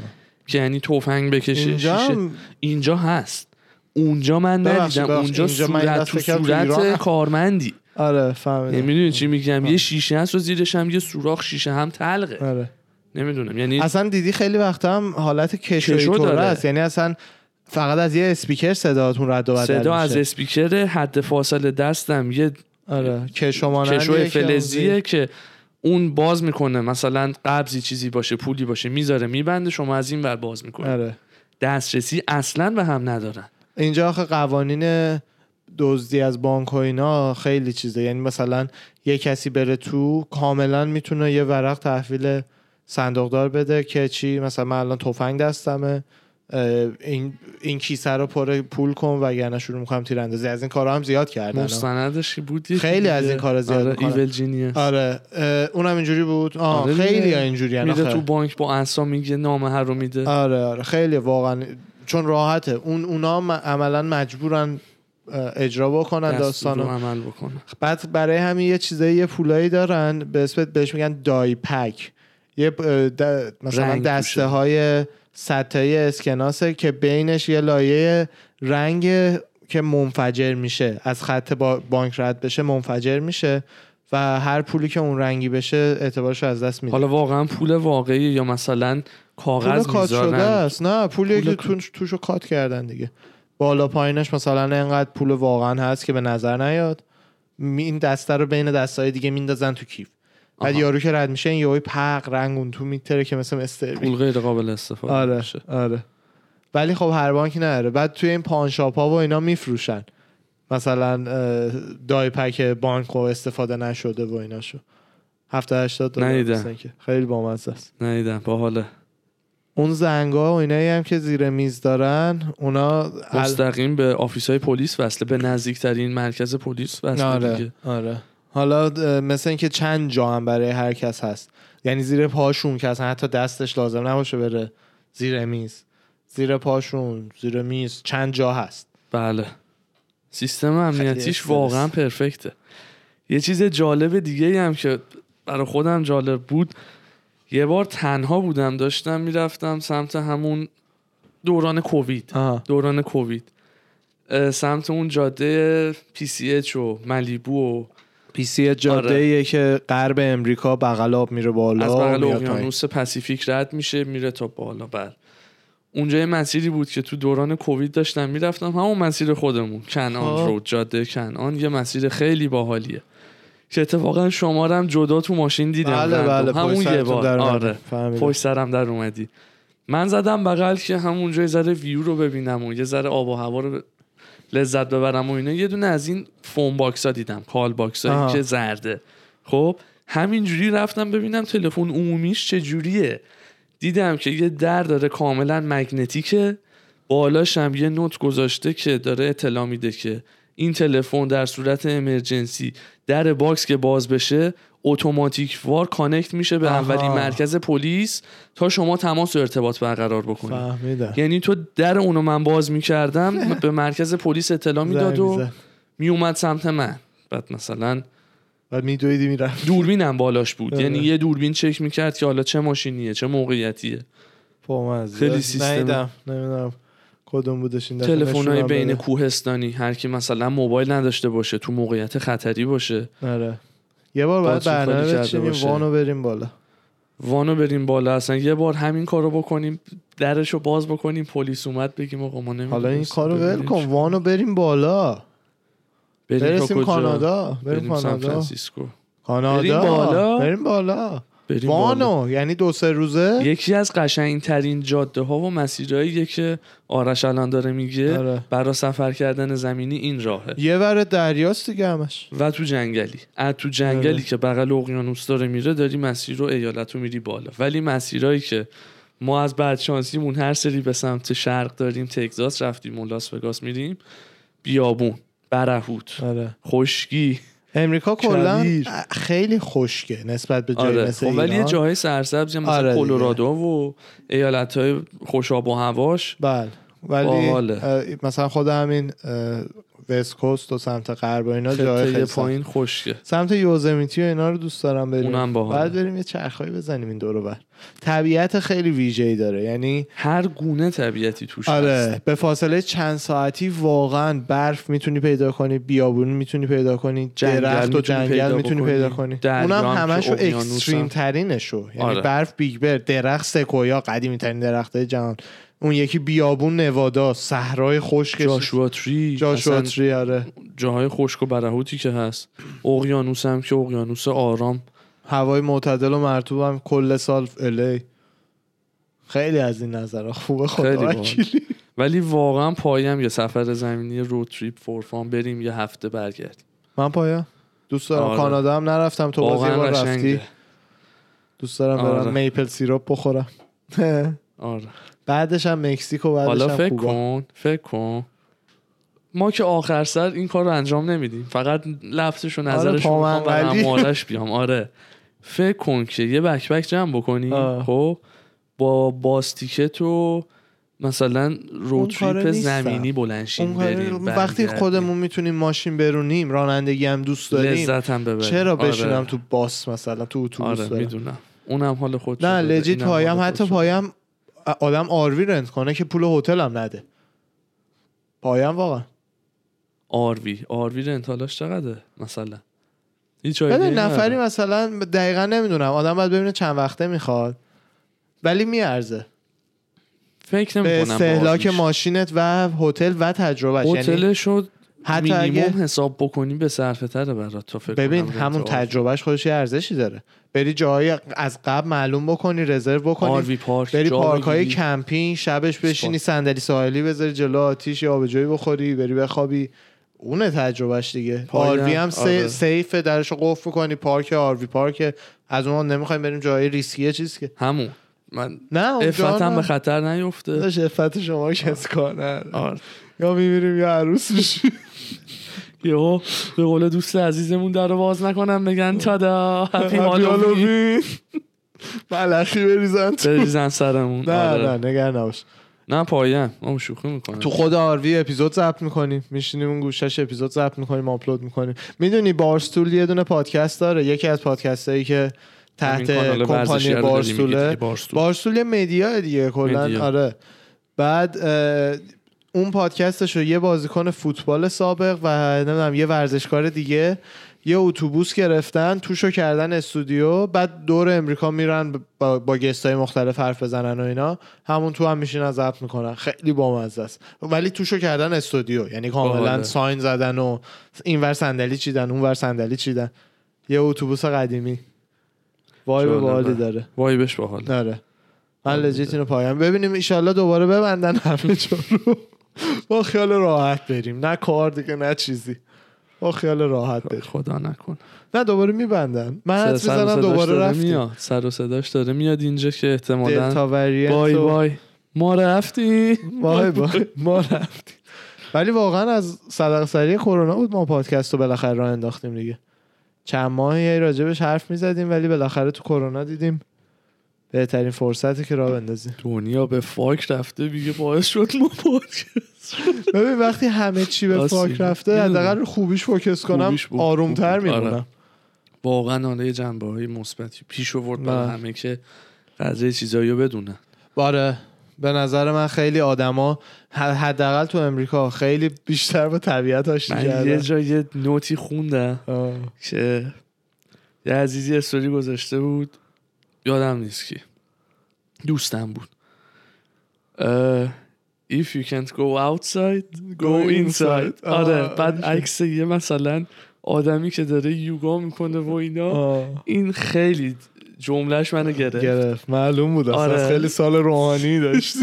که یعنی تفنگ بکشه
اینجا
شیشه
هم-
اینجا هست اونجا من
ببخشید،
ندیدم
ببخشید.
اونجا
اینجا من این
صورت
دست
تو
فکر کردم تو
صورت
ایران.
کارمندی
آره
یعنی
فهمیدم
میدونی چی میگم یه شیشه هست و زیرش هم یه سوراخ شیشه هم تلقه
آره.
نمیدونم یعنی
اصلا دیدی خیلی وقتا هم حالت کشوی
کشو
توره
داره.
است یعنی اصلا فقط از یه اسپیکر صداتون رد و بدل
صدا از
میشه.
اسپیکر حد فاصله دستم یه
آره کشو مانندیه
کشوی
که اون
فلزیه که اون باز میکنه مثلا قبضی چیزی باشه پولی باشه میذاره میبنده شما از این ور باز میکنه
آره
دسترسی اصلا به هم ندارن
اینجا آخه قوانین دزدی از بانک و اینا خیلی چیزه یعنی مثلا یه کسی بره تو کاملا میتونه یه ورق تحویل صندوقدار بده که چی مثلا من الان تفنگ دستمه اه، این این کیسه رو پر پول کن وگرنه شروع میکنم تیراندازی از این کارا هم زیاد کردن
مستندش بود یکی
بله. خیلی از
دیگه.
این کارا زیاد
آره
می‌کنن.
ایول جینیس
آره اه، اونم اینجوری بود آه
آره دیگه.
خیلی اینجوری
میره تو بانک با انسا میگه نامه هر رو میده
آره آره خیلی واقعا چون راحته اون اونا هم عملا مجبورن اه، اجرا بکنن
دست رو
داستانو
عمل بکنه
بعد برای همین یه چیزایی یه پولایی دارن به اسم بهش میگن دای پک یه اه، د- مثلا
رنگ
دسته
توشه.
های سطحی اسکناسه که بینش یه لایه رنگ که منفجر میشه از خط با بانک رد بشه منفجر میشه و هر پولی که اون رنگی بشه اعتبارش رو از دست میده
حالا واقعا پول واقعی یا مثلا
پول
کاغذ
کات شده
میذارن
است نه پولی
پول
که تو- توشو کات کردن دیگه بالا پایینش مثلا انقدر پول واقعا هست که به نظر نیاد می- این دسته رو بین دستای دیگه میندازن تو کیف بعد
آها.
یارو که رد میشه این یهوی پق رنگ اون تو میتره که مثل استربی
پول غیر قابل استفاده
آره
میشه
آره ولی خب هر بانکی نداره بعد توی این پانشاپ ها و اینا میفروشن مثلا اه، دای پک بانک رو استفاده نشده و ایناشو هفته هشتاد دلار
ندیدم.
مثلا که خیلی بامزه است
ندیدم باحاله
اون زنگا و اینایی هم که زیر میز دارن اونا ال...
مستقیم به آفیس های پلیس وصله به نزدیکترین مرکز پلیس وصله
آره
دیگه
آره حالا اه، مثل اینکه چند جا هم برای هر کس هست یعنی زیر پاشون که اصلا حتی دستش لازم نباشه بره زیر میز زیر پاشون زیر میز چند جا هست
بله سیستم امنیتیش
استرس.
واقعا پرفکته یه چیز جالب دیگه هم که برای خودم جالب بود یه بار تنها بودم داشتم میرفتم سمت همون دوران کووید
آها.
دوران کووید اه، سمت اون جاده پی سی اچ و ملیبو و
پی سی
جاده
که غرب امریکا بغل آب میره بالا
از بغل اقیانوس پسیفیک رد میشه میره تا بالا بر اونجا یه مسیری بود که تو دوران کووید داشتم میرفتم همون مسیر خودمون
آه.
کنعان رود جاده کنعان یه مسیر خیلی باحالیه که اتفاقا شما رو هم جدا تو ماشین دیدم
بله،
رندوم.
بله، پشت
همون یه
سرتون
بار
در اومدی.
آره
فهمیدم.
پشت سرم در اومدی من زدم بغل که همونجا یه ذره ویو رو ببینم و یه ذره آب و هوا رو ب- لذت ببرم و اینا یه دونه از این فون باکس ها دیدم کال باکس
آها.
که زرده خب همینجوری رفتم ببینم تلفن عمومیش چجوریه دیدم که یه در داره کاملا مگنتیکه بالاش هم یه نوت گذاشته که داره اطلاع میده که این تلفن در صورت امرجنسی در باکس که باز بشه اتوماتیک وار کانکت میشه به
آها.
اولین مرکز پلیس تا شما تماس و ارتباط برقرار بکنید
فهمیدم
یعنی تو در اونو من باز میکردم به مرکز پلیس اطلاع میداد
زنگ
و
می‌زد.
میومد سمت من بعد مثلا
و میدویدی میرفت
دوربینم بالاش بود
آره.
یعنی یه دوربین چک میکرد که حالا چه ماشینیه چه موقعیتیه خیلی سیستم.
نیدم نمیدونم کدوم بودش این دفعه.
تلفن های
نشونم
بین
بده.
کوهستانی هر کی مثلا موبایل نداشته باشه تو موقعیت خطری باشه
آره یه بار باید
باتری خالی
برنامه
کرده
بچینیم
باشه.
وانو بریم بالا
وانو بریم بالا اصلا یه بار همین کارو بکنیم درشو باز بکنیم پلیس اومد بگیم آقا ما نمی‌دونیم.
حالا این کارو ول
ببینیم
کن
چی-
وانو بریم بالا
بریم تا
برسیم
کجا؟
کانادا بریم
بریم سان
کانادا
فرانسیسکو بریم
کانادا
بالا.
بریم بالا
بریم بالا.
وانو یعنی دو سه روزه
یکی از قشنگترین جاده ها و مسیرهایی که آرش الان داره میگه
آره.
برا سفر کردن زمینی این راهه
یه ور دریاست دیگه همش
و تو جنگلی از تو جنگلی
آره.
که بغل اقیانوس داره میره داری مسیر رو ایالت رو میری بالا ولی مسیرهایی که ما از بعد شانسیمون هر سری به سمت شرق داریم تگزاس رفتیم و لاس وگاس میریم بیابون برهوت
آره.
خشکی
امریکا کلا
کویر.
خیلی خشکه نسبت به جای
آره
مثل
خب ولی یه
ایران.
جاهای سرسبزی هم مثل
آره دیگه.
کلرادو و ایالت های خوشاب و هواش
بله ولی
باحاله.
اه، مثلا خود همین اه، وست کوست و سمت غرب و اینا جای
خطه
خیلی سخت.
پایین خشکه
سمت یوزمیتی و اینا رو دوست دارم بریم
اونم باحاله.
بعد بریم یه چرخایی بزنیم این دور و بر طبیعت خیلی ویژه‌ای داره یعنی
هر گونه طبیعتی توش هست
آره به فاصله چند ساعتی واقعا برف میتونی پیدا کنی بیابون میتونی پیدا کنی
جنگل
درخت و
میتونی
جنگل
پیدا
میتونی
بکنی.
پیدا کنی
دریا
اونم
هم که
همشو
اقیانوس هم.
اکستریم ترینشو یعنی
آره.
برف بیگ بر درخت سکویا قدیمی ترین درخت جهان اون یکی بیابون نوادا صحرای خشک
جاشوا تری
جاشوا
اصلا
تری، آره
جاهای خشک و برهوتی که هست اقیانوس هم که اقیانوس آرام
هوای معتدل و مرطوب هم کل سال الی خیلی از این نظرها خوبه
خیلی
خدا
باحال.
وکیلی.
ولی واقعا پایم یه سفر زمینی رود تریپ فورفان بریم یه هفته برگردیم
من پایا دوست دارم
آره.
کانادا هم نرفتم تو بازی یه
واقعا
بار رفتی
قشنگه
دوست دارم برم
آره.
میپل سیرپ بخورم
آره
بعدش هم مکزیک و بعدش
حالا
هم
فکر
کوبا.
کن فکر کن ما که آخر سر این کار رو انجام نمیدیم فقط لفظش
آره،
و نظرش رو می‌خوام و
پامنقلی.
همارش بیام آره فکر کن که یه بک بک جمع بکنی
آه.
خب با باستیکت و مثلا
اون
رود
کاره
تریپ
نیستم.
زمینی بلنشین
اون کار-
بریم
وقتی
برگردیم.
خودمون میتونیم ماشین برونیم رانندگی هم دوست داریم
لذت هم ببریم
چرا بشینم
آره.
تو باس مثلا تو اتوبوس
آره
برم؟
میدونم اونم حال خود
نه لجیت پایم حتی پایم آدم آروی رنت کنه که پول هتل هم نده پایم واقعا
آروی آروی رنتالاش چقدره مثلا هیچ
بده
آیده‌ای ندارم.
نفری مثلا دقیقا نمیدونم آدم باید ببینه چند وقته میخواد ولی میارزه
فکر
به
نمی‌کنم با
استهلاک
آرویش.
ماشینت و هتل و تجربهش یعنی
هتلش رو
حتی
مینیموم
اگه
حساب بکنی به صرفه تره برات تا فکر
ببین
کنم
همون
رنت
تجربهش خودش یه ارزشی داره بری جایی از قبل معلوم بکنی رزرو بکنی
آروی پارک
بری
جا
پارک های
بگیری.
کمپینگ شبش بشینی صندلی ساحلی بذاری جلو آتیش یا آبجوی بخوری بری بخوابی اونه تجربهش دیگه
پایین
آروی هم
هم،
سی...
آره.
سیفه درشو قفل میکنی پارک آروی پارک از اون نمیخوایم بریم جای ریسکیه چیز که
همون من
نه اونجا
افت هم به
نه.
خطر نیفته
داداش، عفت شما رو کسی کار نداره.
آره.
یا میمیریم یا عروس میشیم
یهو به قول دوست عزیزمون در رو باز نکنم بگن تادا هپی هالووین
هالووین ملخی بریزن تو
بریزن سرمون
نه
آره.
نه نگر نباش
نه پایم ما شوخی میکنم
تو خود آروی اپیزود ضبط میکنیم میشینیم اون گوشش اپیزود ضبط میکنیم آپلود میکنیم میدونی بارستول یه دونه پادکست داره یکی از پادکست هایی که تحت
همین کانال ورزشی
کمپانی
رو داری میگی
بارستوله
دیگه، بارستول.
بارستول یه مدیا دیگه کلا
مدیا.
آره بعد اه، اون پادکستش رو یه بازیکن فوتبال سابق و نمیدونم یه ورزشکار دیگه یه اتوبوس گرفتن توشو کردن استودیو بعد دور امریکا میرن با, با گستای مختلف حرف بزنن و اینا همون تو هم میشین از ضبط میکنن خیلی بامزه است ولی توشو کردن استودیو یعنی کاملا
باحاله.
ساین زدن و اینور صندلی چیدن اونور صندلی چیدن یه اتوبوس قدیمی وای به
جالبه.
باحالی داره
وای بهش باحال
آره من لجیت اینو پایم ببینیم ایشالله دوباره ببندن همه جا رو با خیال راحت بریم نه کار دیگه نه چیزی با خیال راحت بریم
خدا نکن
نه دوباره میبندن من حد
سر و
میزنم
صداش
دوباره
داره
رفتیم
میاد. سر و صداش داره میاد اینجا که احتمالا
دلتا وریانت
وای
و-
وای ما رفتیم
وای وای ما رفتیم ولی واقعا از صدق سری کرونا بود ما پادکست رو بالاخره راه انداختیم دیگه چند ماهی راجبش حرف میزدیم ولی بالاخره تو کرونا دیدیم بهترین فرصتی که راه بندازیم
دنیا به فاک رفته دیگه باعث شد ما پادکست
ببین وقتی همه چی به
راست
فاک
میگی.
رفته
میدونم.
حداقل رو خوبیش فوکس کنم
خوبیش بود.
آرومتر
خوب بود. آره.
میمونم
واقعا حالا یه جنبه های مثبتی پیش آورد برای
بله.
همه که قضیه چیزایی رو بدونن
آره به نظر من خیلی آدما ح- حداقل تو امریکا خیلی بیشتر با طبیعت آشتی
من یه
کردن
جای یه نوتی خوندم
آه.
که یه عزیزی استوری گذاشته بود یادم نیست کی دوستم بود اه، If you can't go outside go inside آره
آه.
بعد عکس یه مثلا آدمی که داره یوگا میکنه و اینا
آه.
این خیلی جملهش منو گرفت
گرفت معلوم بود اصلا
آره.
خیلی سال روحانی داشتی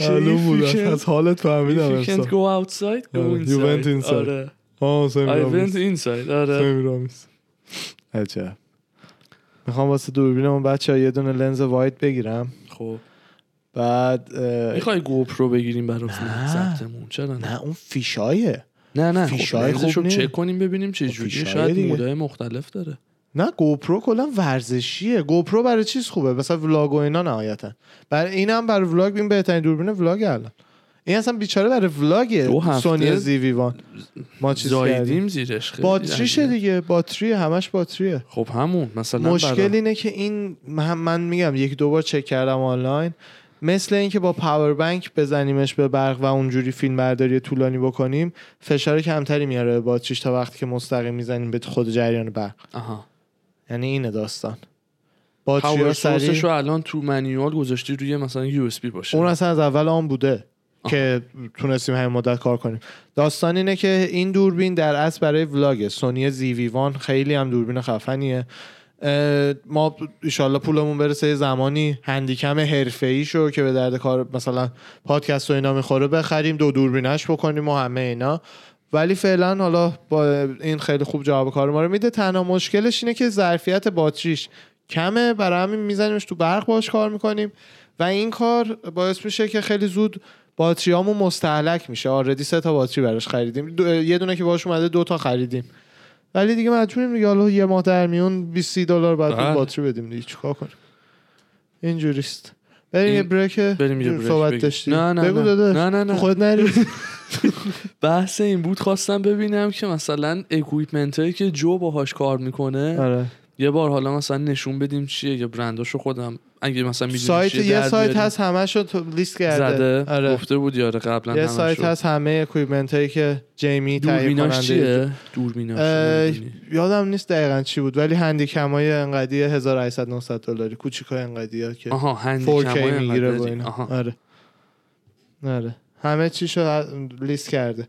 معلوم بود
If you
اصلا.
can't-
از حالت فهمیدم
If you
اصلا.
can't go outside, go
آره.
inside.
You went inside.
آره.
آه
I
سمیرامیز.
went inside. آره.
سمیرامیز. عجب میخوام واسه دوربینمون بچه ها یه دونه لنز واید بگیرم
خب
بعد اه،
میخوای گوپرو بگیریم برای ثبتمون چرا نه
نه اون فیشایه
نه نه
فیشای
خب لنزش
خوب
رو
نیست. خب،
چک کنیم ببینیم چه
فیشای
جوریه شاید
دیگه.
مودای مختلف داره
نه گوپرو کلا ورزشیه گوپرو برای چیز خوبه مثلا ولاگ و اینا نهایتا برای اینم برای ولاگ این بهترین دوربین ولاگ الان این اصلا بیچاره برای
دو
ولاگ
هفته
سونی زیویوان ما چیز
زایدیم
کردیم
زیرش خیلی
باتریشه
عجیبه.
دیگه باتری همش باتریه
خب همون مثلا
مشکل
برای-
اینه که این من, من میگم یک دو بار چک کردم آنلاین مثل اینکه با پاور بانک بزنیمش به برق و اونجوری فیلم برداری طولانی بکنیم فشار کمتری میاره به باتریش تا وقتی که مستقیم میزنیم به خود جریان برق
آها
یعنی اینه داستان باتری
پاور
ها
سورسش رو
سریع
الان تو منیوال گذاشتی روی مثلا یو اس بی باشه
اون اصلا از اول آن بوده که تونستیم همین مدت کار کنیم داستان اینه که این دوربین در اصل برای ولاگ سونی زیویوان خیلی هم دوربین خفنیه اه، ما ایشالله پولمون برسه یه زمانی هندیکم حرفه ای شو که به درد کار مثلا پادکست و اینا میخوره بخریم دو دوربینش بکنیم و همه اینا ولی فعلا حالا با این خیلی خوب جواب کار ما رو میده تنها مشکلش اینه که ظرفیت باتریش کمه برای همین میزنیمش تو برق باش کار میکنیم و این کار باعث میشه که خیلی زود باتریامون مستحلک میشه آردی سه تا باتری براش خریدیم دو- یه دونه که باش اومده دو تا خریدیم ولی دیگه مجبوریم دیگه حالا یه ماه در میون 20 دلار بعد
بله.
باتری بدیم دیگه چیکار کنیم اینجوریست بریم یه
این-
بریک
بریم یه بریک
صحبت
بگیم.
داشتی
نه، نه،
بگو
نه.
داداش.
نه، نه، نه.
تو خود نری
بحث این بود خواستم ببینم که مثلا اکویپمنت هایی که جو باهاش کار میکنه
آره.
یه بار حالا مثلا نشون بدیم چیه یا برنداشو خودم اگه مثلا میدونی
سایت یه سایت هست همش رو تو لیست کرده
زده
آره.
گفته بود یاره قبلا
یه
همشو.
سایت هست همه اکویپمنت هایی که جیمی تهیه کننده
دوربیناش چیه آره، دوربیناش
اه،
نمی‌دونی.
یادم نیست دقیقا چی بود ولی هندیکم های انقدی 1800 900 دلاری کوچیک های انقدی ها که
آها هندی
4K
کمای
میگیره
میگیره
با اینا آره آره همه چیشو ه- لیست کرده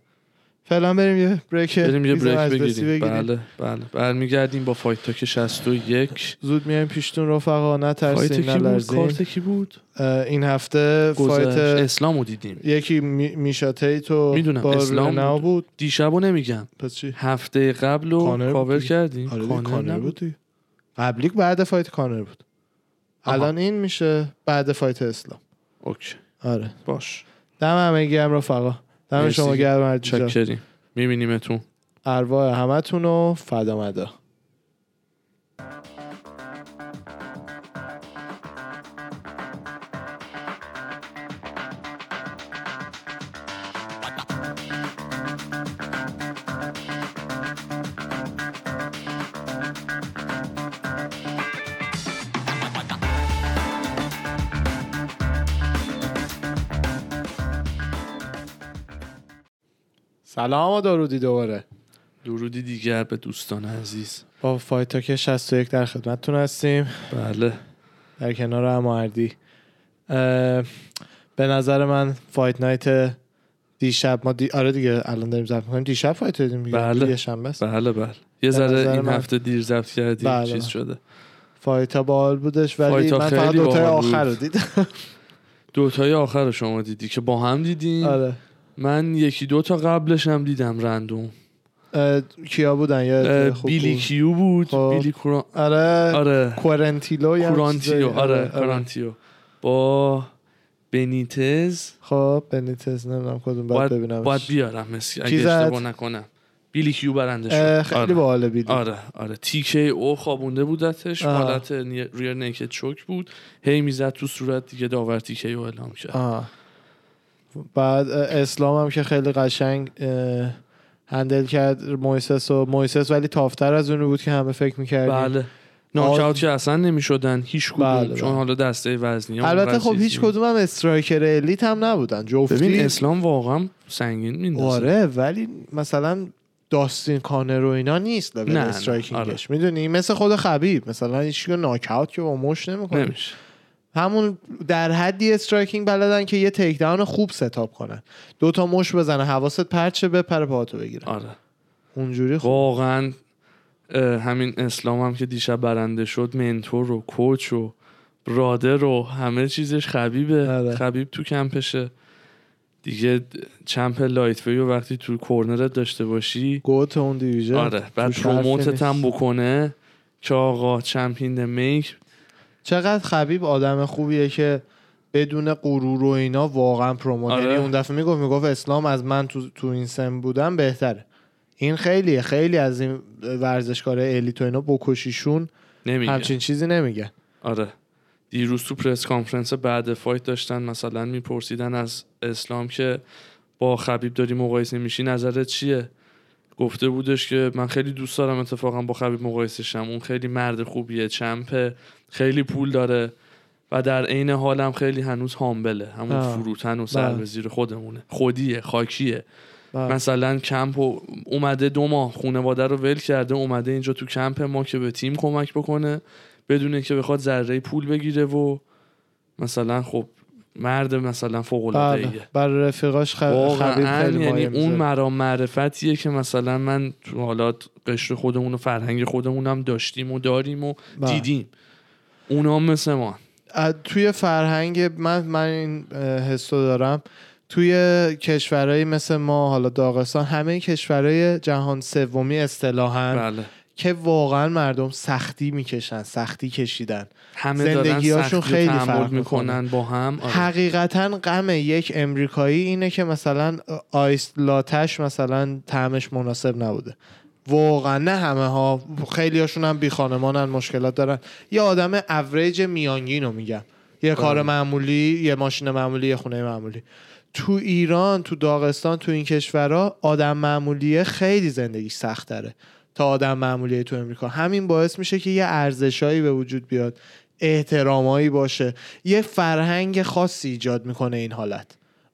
فعلا بریم یه بریک
بریم یه
ریز
بریک
مجلسی
بگیریم بله بله برمیگردیم با فایت تاک 61
زود میایم پیشتون رفقا
فایت
نترسین
کی بود
نلرزین
کارت کی بود
اه، این هفته
گذشت
فایت
اسلامو دیدیم
یکی می- میشا تیتو
میدونم،
با
اسلام
رنا
بود.
بود
دیشبو نمیگم
پس چی
هفته قبل
کانر
رو
بود
کاور
دیگه.
کردیم
آره دیگه،
کانر
کانر
نبود.
بود دیگه. قبلی بعد فایت کانر بود
آها.
الان این میشه بعد فایت اسلام
اوکی
آره
باش
دم همه گرم رفقا دم
مرسی.
شما گرم هرچی جا.
چکریم میبینیمتون
ارواح همتون و فدا مدا سلام و درودی دوباره
درودی دیگر به دوستان عزیز
با فایتاک 61 در خدمتتون هستیم
بله
در کنار اماردی به نظر من فایت نایت دیشب ما دی... آره دیگه الان داریم ضبط می‌کنیم دیشب فایت دیدیم دیگه.
بله.
یه شنبه است
بله بله یه
نظر
ذره این
من-
هفته دیر زفت کردیم
بله.
چیز شده
فایتا بال بودش ولی
فایت‌ها
من فقط
خیلی
دوتای
باحال بود.
آخر رو دیدم
دوتای آخر رو شما دیدی که با هم دیدیم
آره
من یکی دو تا قبلش هم دیدم رندوم
اه، کیا بودن
اه،
یا خب، خوب
بیلی
بود.
کیو بود
خب.
بیلی کوران
آره
آره
کورنتیلو یا
کورانتیو
چیزایی.
آره کورانتیو با بنیتز
خب بنیتز نمیدونم کدوم باید
باید,
ببینم
باید بیارم مسی اگه
کی زد؟
اشتباه نکنم بیلی کیو برنده شد
خیلی
آره.
باحال بیلی
آره آره تی کی او خوابونده بودتش
آه.
حالت نی- ریر نکد چوک بود هی میزد تو صورت دیگه داور تی کی او اعلام کرد
آه. بعد اه، اسلام هم که خیلی قشنگ اه، هندل کرد مویسس و مویسس ولی تافتر از اون بود که همه فکر میکردیم
بله
آه.
ناکاوت که اصلا نمیشدن هیچ کدوم
بله، بله.
چون حالا دسته وزنی ها
البته
اونقدر
خب
چیز
هیچ
نیست.
کدوم هم استرایکر الیت هم نبودن جفتی
ببین اسلام واقعا سنگین میندازه
آره ولی مثلا داستین کانر و اینا نیست لول
نه، آره. نه،
استرایکینگش میدونی مثل خود خبیب مثلا هیچ ناکاوت که با مش نمیکنه
نمیشه
همون در حدی استرایکینگ بلدن که یه تیک داون خوب ستاپ کنن دو تا مش بزنه حواست پرچه بپره پاهاتو بگیره
آره
اونجوری خوب
واقعا اه، همین اسلام هم که دیشب برنده شد منتور و کوچ و برادر و همه چیزش خبیبه
آره.
خبیب تو کمپشه دیگه چمپ لایت ویو وقتی تو کورنرت داشته باشی
گوت اون دیویژن
آره بعد
توش حرفی
پروموتت
نیست.
هم بکنه که آقا چمپین میک
چقدر خبیب آدم خوبیه که بدون غرور و اینا واقعا پروموت
آره.
یعنی اون دفعه میگفت میگفت اسلام از من تو, تو این سن بودم بهتره این خیلیه خیلی از این ورزشکار الیت و اینا بکشیشون
نمیگه
همچین چیزی نمیگه
آره دیروز تو پرس کانفرنس بعد فایت داشتن مثلا میپرسیدن از اسلام که با خبیب داری مقایسه میشی نظرت چیه گفته بودش که من خیلی دوست دارم اتفاقا با خبیب مقایسه شم اون خیلی مرد خوبیه چمپه خیلی پول داره و در عین حالم خیلی هنوز هامبله همون
آه.
فروتن و سر
بله.
به زیر خودمونه خودیه خاکیه
بله.
مثلا کمپ و- اومده دو ماه خونواده رو ول کرده اومده اینجا تو کمپ ما که به تیم کمک بکنه بدون که بخواد ذره پول بگیره و مثلا خب مرد مثلا فوق العاده
بله برای رفیقاش خ... خبیب
واقعا
خیلی
یعنی
مایه
اون
می‌ذاره.
مرام معرفتیه که مثلا من تو حالات قشر خودمون و فرهنگ خودمون هم داشتیم و داریم و
بله.
دیدیم اونا هم مثل ما
از- توی فرهنگ من من این اه، حسو دارم توی کشورهایی مثل ما حالا داغستان همه کشورهای جهان سومی اصطلاحا
بله
که واقعا مردم سختی میکشن سختی کشیدن
همه
زندگی‌هاشون
دارن
خیلی
خیلی
فرق
تحمل
می‌کنه.
میکنن با هم آره.
حقیقتا غم یک امریکایی اینه که مثلا آیس لاتش مثلا طعمش مناسب نبوده واقعا نه همه ها خیلی هاشون هم بی خانمانن مشکلات دارن یه آدم اوریج میانگین رو میگم یه
آره.
کار معمولی یه ماشین معمولی یه خونه معمولی تو ایران تو داغستان تو این کشورها آدم معمولیه خیلی زندگی سخت داره تا آدم معمولیه تو امریکا همین باعث میشه که یه ارزشایی به وجود بیاد احترامایی باشه یه فرهنگ خاصی ایجاد میکنه این حالت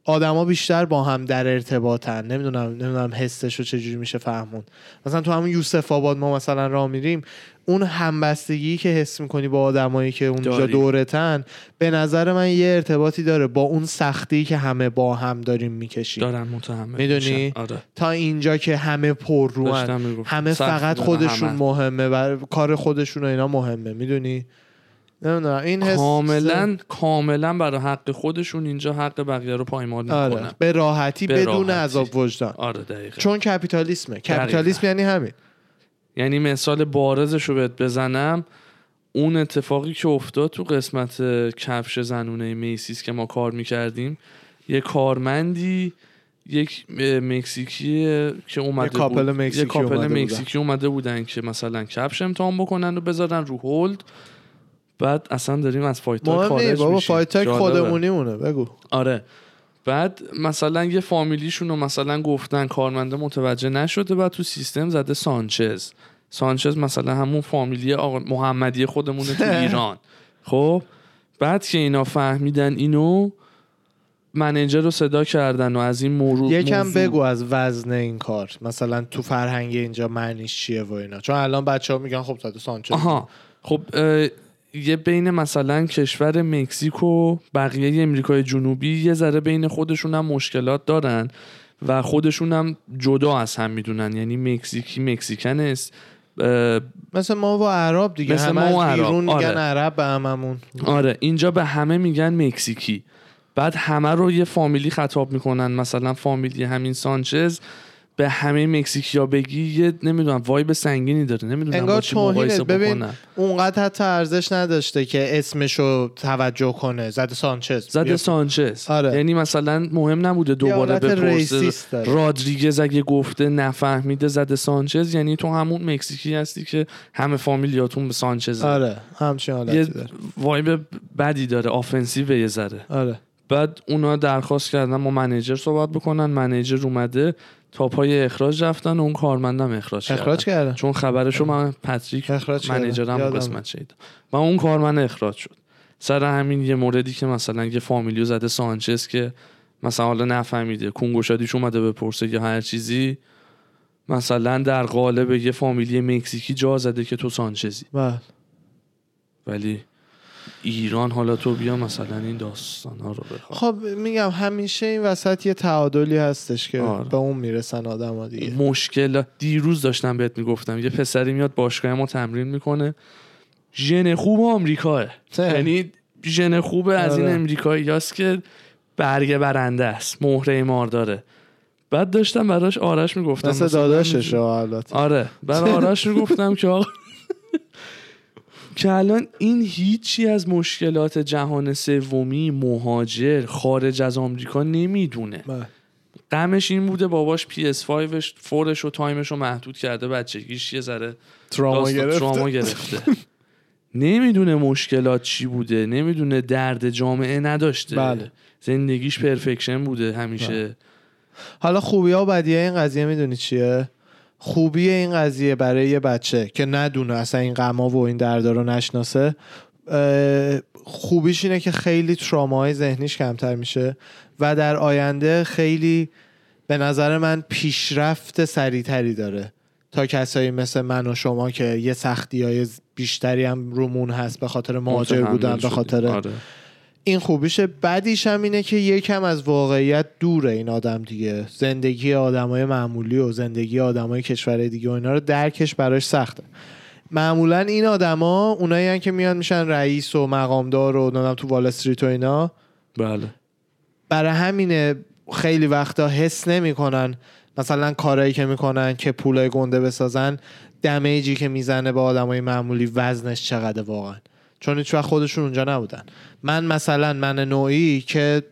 آدما بیشتر با هم در ارتباطن نمیدونم نمیدونم حسش رو چجوری میشه فهمون مثلا تو همون یوسف آباد ما مثلا راه میریم اون همبستگی که حس میکنی با آدمایی که اونجا
داری.
دورتن به نظر من یه ارتباطی داره با اون سختی که همه با هم داریم میکشیم
دارن متحمل
میدونی؟
میشن. آره
تا اینجا که همه پر
داشتم میگفتم.
همه
سخت
فقط
دارن
خودشون
همه.
مهمه و کار خودشون و اینا مهمه میدونی نمیدونم این حس
کاملا کاملا برای حق خودشون اینجا حق بقیه رو پایمال میکنن
آره.
آره,
به راحتی
به
بدون
راحتی. آره.
عذاب وجدان
دقیقا
چون کپیتالیسمه کپیتالیسم یعنی همین
یعنی مثال بارزش رو بهت بزنم اون اتفاقی که افتاد تو قسمت کفش زنونه میسیس که ما کار میکردیم یه کارمندی یک اه، مکزیکی که اومده
یه کاپل
بود
مکزیکی
یه کاپل
اومده بودن.
مکزیکی اومده بودن که مثلا کفش امتحان بکنن و بذارن رو هولد بعد اصلا داریم از فایت های
مهم نیست
خارج
بابا
میشیم.
فایتک
جالبه.
خودمونی مونه بگو
آره بعد مثلا یه فامیلیشون رو مثلا گفتن کارمنده متوجه نشده بعد تو سیستم زده سانچز سانچز مثلا همون فامیلی آقا محمدی خودمونه تو ایران خب بعد که اینا فهمیدن اینو منیجر رو صدا کردن و از این مورو- موضوع
یکم بگو از وزن این کار مثلا تو فرهنگ اینجا معنیش چیه و اینا چون الان بچه ها میگن خب تاتو سانچز
آها خب اه، یه بین مثلا کشور مکزیک و بقیه امریکای جنوبی یه ذره بین خودشون هم مشکلات دارن و خودشون هم جدا از هم میدونن یعنی مکزیکی مکزیکن است اه،
مثل ما و عرب دیگه
مثل
همه
ما و
از
عرب.
بیرون میگن
آره.
عرب به هممون
آره اینجا به همه میگن مکزیکی بعد همه رو یه فامیلی خطاب میکنن مثلا فامیلی همین سانچز به همه مکزیکی ها بگی یه نمیدونم وایب سنگینی داره نمیدونم
انگار
با چی
توهینه
مقایسه
ببین
بکنم
اونقدر حتی ارزش نداشته که اسمشو توجه کنه زده سانچز
زده
بیا.
سانچز
آره.
یعنی مثلا مهم نبوده دوباره
حالت ریسیست
بپرسه
داره.
رادریگز اگه گفته نفهمیده زده سانچز یعنی تو همون مکزیکی هستی که همه فامیلیاتون به سانچز
آره بله، همچین
یه
حالتی داره
وایب بدی داره آفنسیو یه ذره
آره
بعد اونا درخواست کردن با منیجر صحبت بکنن منیجر اومده تا پای اخراج رفتن و اون کارمندم اخراج,
اخراج کردن.
چون خبرشو من پتریک
اخراج کردن.
منیجرم اون
یادمه.
قسمت شد و اون کارمند اخراج شد سر همین یه موردی که مثلا یه فامیلیو زده سانچز که مثلا حالا نفهمیده کنگوشادیش اومده بپرسه یا هر چیزی مثلا در قالب یه فامیلی مکزیکی جا زده که تو سانچزی
بله
ولی ایران حالا تو بیا مثلا این داستان ها رو بخواه
خب میگم همیشه این وسط یه تعادلی هستش که
آره.
به اون میرسن آدم ها دیگه
مشکل دیروز داشتم بهت میگفتم یه پسری میاد باشگاه ما تمرین میکنه ژن خوب آمریکاه
ته.
یعنی ژن خوب از این
آره.
امریکایی هست که برگ برنده است مهره مار داره بعد داشتم براش آرش میگفتم
مثل
مثلا-
داداشش ها البته
آره برای آرش میگفتم که آقا که الان این هیچی از مشکلات جهان سومی مهاجر خارج از آمریکا نمیدونه
بله.
غمش این بوده باباش PS5 فورش و تایمش رو محدود کرده بچگیش یه ذره
تراما
داستان-
گرفته.
تراما گرفته نمیدونه مشکلات چی بوده نمیدونه درد جامعه نداشته
بله.
زندگیش پرفکشن بوده همیشه
حالا خوبی ها و بدی این قضیه میدونی چیه خوبی این قضیه برای یه بچه که ندونه اصلا این غما و این دردا رو نشناسه اه، خوبیش اینه که خیلی تراماهای ذهنیش کمتر میشه و در آینده خیلی به نظر من پیشرفت سریعتری داره تا کسایی مثل من و شما که یه سختی های بیشتری هم رومون هست به خاطر مهاجر
متحمل
بودن به
شدی.
خاطر
آره.
این خوبیشه بدیش هم اینه که یکم از واقعیت دوره این آدم دیگه زندگی آدمای معمولی و زندگی آدمای کشور دیگه و اینا رو درکش براش سخته معمولا این آدما اونایی هن که میان میشن رئیس و مقامدار و نمیدونم تو وال استریت و اینا
بله
برای همینه خیلی وقتا حس نمیکنن مثلا کارایی که میکنن که پولای گنده بسازن دمیجی که میزنه به آدمای معمولی وزنش چقدر واقعا چون هیچ وقت خودشون اونجا نبودن من مثلا من نوعی که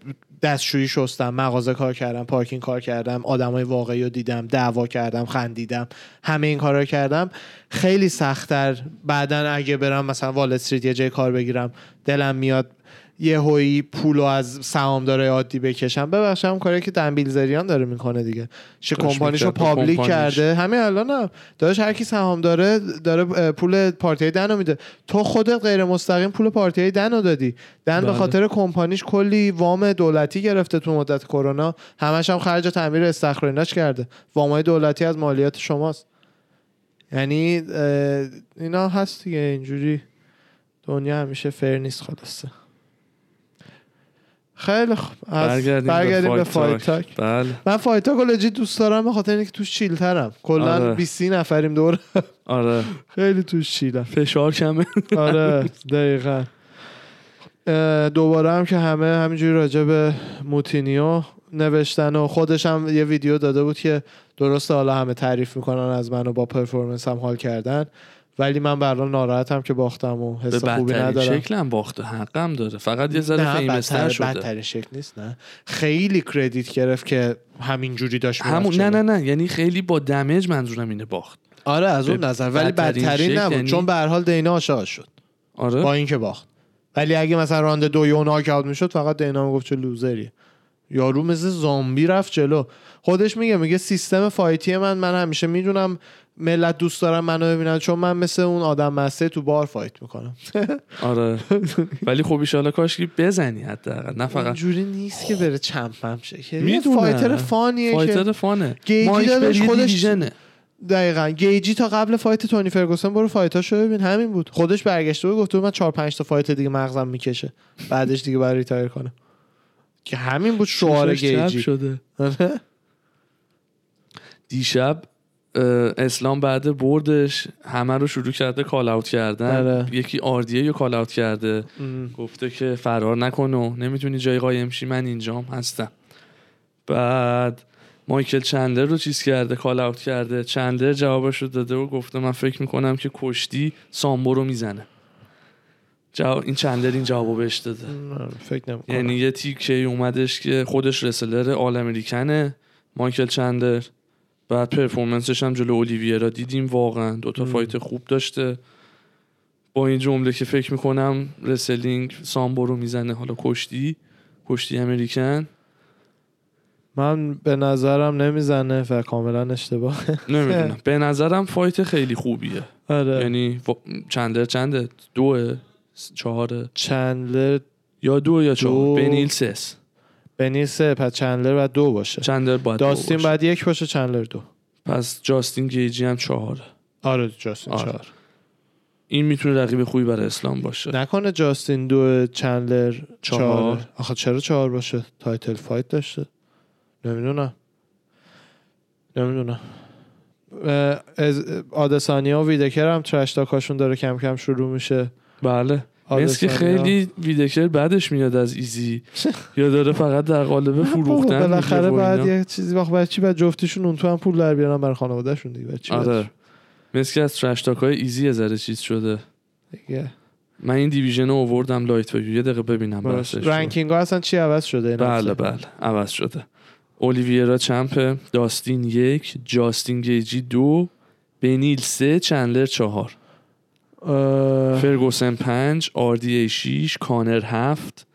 دستشویی شستم مغازه کار کردم پارکینگ کار کردم آدمای واقعی رو دیدم دعوا کردم خندیدم همه این کارا رو کردم خیلی سختتر بعدا اگه برم مثلا وال استریت یه جای کار بگیرم دلم میاد یه هویی پول رو از سهامدارای عادی بکشم ببخشم کاری که دنبیل زریان داره میکنه دیگه شه
داشت
کمپانیشو
می‌کرد به
پابلیک
کمپانیش.
کرده همین الان هم داداش هر کی سهام داره داره اه، پول پارتی دنو میده تو خودت غیر مستقیم پول پارتی دنو دادی دن به
بله.
خاطر کمپانیش کلی وام دولتی گرفته تو مدت کرونا همش هم خرج تعمیر استخر و ایناش کرده وامای دولتی از مالیات شماست یعنی اه، اینا هست دیگه اینجوری دنیا همیشه فر نیست خلاصه خیلی خوب از-
برگردیم,
برگردیم به
فایت
فایت تاک
بله
من فایت تاک لجی دوست دارم به خاطر اینکه توش چیل ترم کلا
آره.
20 نفریم دور
آره
خیلی توش چیلم
فشار کمه
آره دقیقا اه، دوباره هم که همه همینجوری راجع به موتینیو نوشتن و خودش هم یه ویدیو داده بود که درسته حالا همه تعریف میکنن از من و با پرفورمنس هم حال کردن ولی من برحال ناراحتم که باختم و
به
حس خوبی
بدترین
ندارم
شکلم باخته حقم داره فقط یه ذره
نه
فیمستر
بدتر
شده
بدترین شکل نیست نه خیلی کردیت گرفت که همینجوری داشت می‌رفت
همون
جلو.
نه نه نه یعنی خیلی با دمج منظورم اینه باخت
آره از اون
به
نظر ولی
بدترین
بدترین
شکل
نبود
یعنی-
چون به هر حال دینا عاشق شد
آره
با اینکه باخت ولی اگه مثلا راند دو یا ناک آوت میشد فقط دینا میگفت چه لوزریه یارو مثل زامبی رفت جلو خودش میگه میگه سیستم فایتی من من همیشه میدونم ملت دوست دارم منو ببینن چون من مثل اون آدم مسته تو بار فایت میکنم
آره ولی خب ایشالا کاشکی بزنی حداقل نه فقط
اینجوری نیست که بره چمپم شه که یه
میدونم.
فایتر فانیه
فایتر
که
فانه
گیجی
مایک
دادش
بری
خودش-
دیویژنه.
دقیقا گیجی تا قبل فایت تونی فرگوسن برو فایتاشو ببین همین بود خودش برگشته بود گفته بود من چهار پنج تا فایت دیگه مغزم میکشه بعدش دیگه برای ریتایر کنم که همین بود شعار
شش چپ
گیجی آره.
شده دیشب اه، اسلام بعد بردش همه رو شروع کرده کال اوت کردن
آره.
یکی آردیه رو کال اوت کرده گفته که فرار نکن و نمیتونی جای قایم شی من اینجام هستم بعد مایکل چندلر رو چیز کرده کال اوت کرده چندلر جوابش رو داده و گفته من فکر میکنم که کشتی سامبو رو میزنه جواب این چندلر این جواب رو بهش داده
فکر نمیکنم
یعنی یه تیکه اومدش که خودش رسلر آل امریکنه مایکل چندر بعد پرفورمنسش هم جلو اولیویرا دیدیم واقعا دوتا فایت خوب داشته با این جمله که فکر میکنم رسلینگ سامبو رو میزنه حالا کشتی کشتی امریکن
من به نظرم نمیزنه و کاملا اشتباهه
نمیدونم به نظرم فایت خیلی خوبیه
آره
یعنی وا- چندر چنده دوه س- چهاره
چندلر
یا دو یا
دو.
چهار بنیل سس
بنی سه پس چندلر باید دو باشه
چندر باید دو
داستین
باشه.
باید یک باشه چندلر دو
پس جاستین گیجی هم چهاره
آره جاستین
آره.
چهار
این میتونه رقیب خوبی برای اسلام باشه
نکنه جاستین دو چندلر
چهار.
چهار آخه چرا چهار باشه تایتل فایت داشته نمیدونم نمیدونم اه، از آدسانیا و ویدکر هم ترش تاکاشون داره کم کم شروع میشه
بله
آره،
مثل که
آدسانیا.
خیلی ویدکر بعدش میاد از ایزی یا داره فقط در قالب
بابا،
فروختن میگه
بالاخره
و
باید
اینا.
یه چیزی باید برای چی باید جفتشون اون تو هم پول در بیارن برای خانوادهشون دیگه برای چی باید؟
آره مثل که از ترشتاک های ایزی یه ذره چیز شده
دیگه
من این دیویژن رو آوردم لایت بگیر یه دقیقه ببینم بحثش رو.
رنکینگ ها اصلا چی عوض شده این
بله
هفته؟
بله عوض شده اولیویرا چمپ داستین یک جاستین گیجی دو بنیل سه چندلر چهار
اه،
فرگوسن پنج آردی ای شیش کانر هفت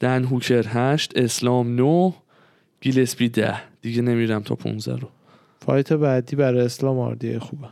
دن هوکر هشت اسلام نو گیلسپی ده دیگه نمیرم تا 15 رو
فایت بعدی برای اسلام آردیه خوبه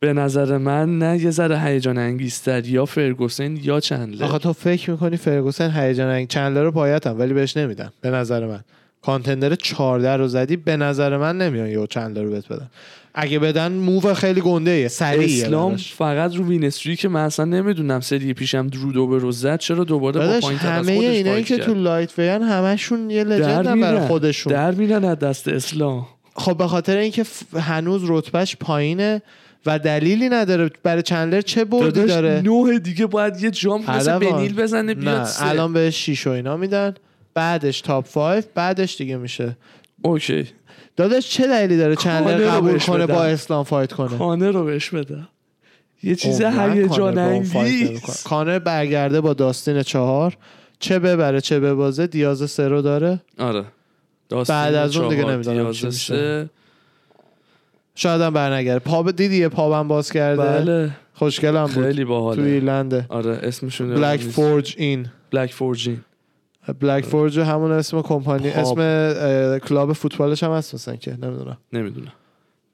به نظر من نه یه ذره هیجان انگیزتر یا فرگوسن یا چندلر
آخه تو فکر میکنی فرگوسن هیجان انگ چندلر رو پایتم ولی بهش نمیدن به نظر من کانتندر 14 رو زدی به نظر من نمیان یه چندلر رو بهت بدن اگه بدن موو خیلی گنده ایه سریعه
اسلام
براش.
فقط رو وینستری که من اصلا نمیدونم سری پیشم درو دوبه رو زد چرا دوباره با
داداش
پایین تر از
همه
خودش
اینایی
فایت
که
کرد؟
تو لایت ویان همشون یه
در
لجندن برای
میرن
خودشون
در میرن از دست اسلام
خب به خاطر اینکه ف- هنوز رتبهش پایینه و دلیلی نداره برای چندلر چه بردی
داداش
داره
نوه دیگه باید یه جام مثل
حدوان.
بنیل بزنه بیاد
نه،
سه.
الان بهش شیش و اینا میدن بعدش تاپ 5 بعدش دیگه میشه
اوکی
داداش چه دلیلی داره
کانر رو
چندلر قبول
بهش
کنه
بدن.
با اسلام فایت کنه
کانه رو بهش بدم یه چیز
عمرن
هیجان
کانر خب، با اون فایت نمیکنه.
انگیز
کانر برگرده با داستین چهار چه ببره چه ببازه دیاز سه رو داره
آره داستین
بعد از اون دیگه
چهار،
نمی‌دونم
دیاز
چی میشه.
سه.
شاید هم برنگره پاب دیدی یه پابم باز کرده
بله
خوشگل هم بود
خیلی
تو
باحاله
ایرلنده
آره اسمشون
بلک فورج این
بلک فورجین
بلک فورج همون اسم کمپانی
پاب.
اسم اه، کلاب فوتبالش هم هست مثلا که نمیدونم
نمیدونم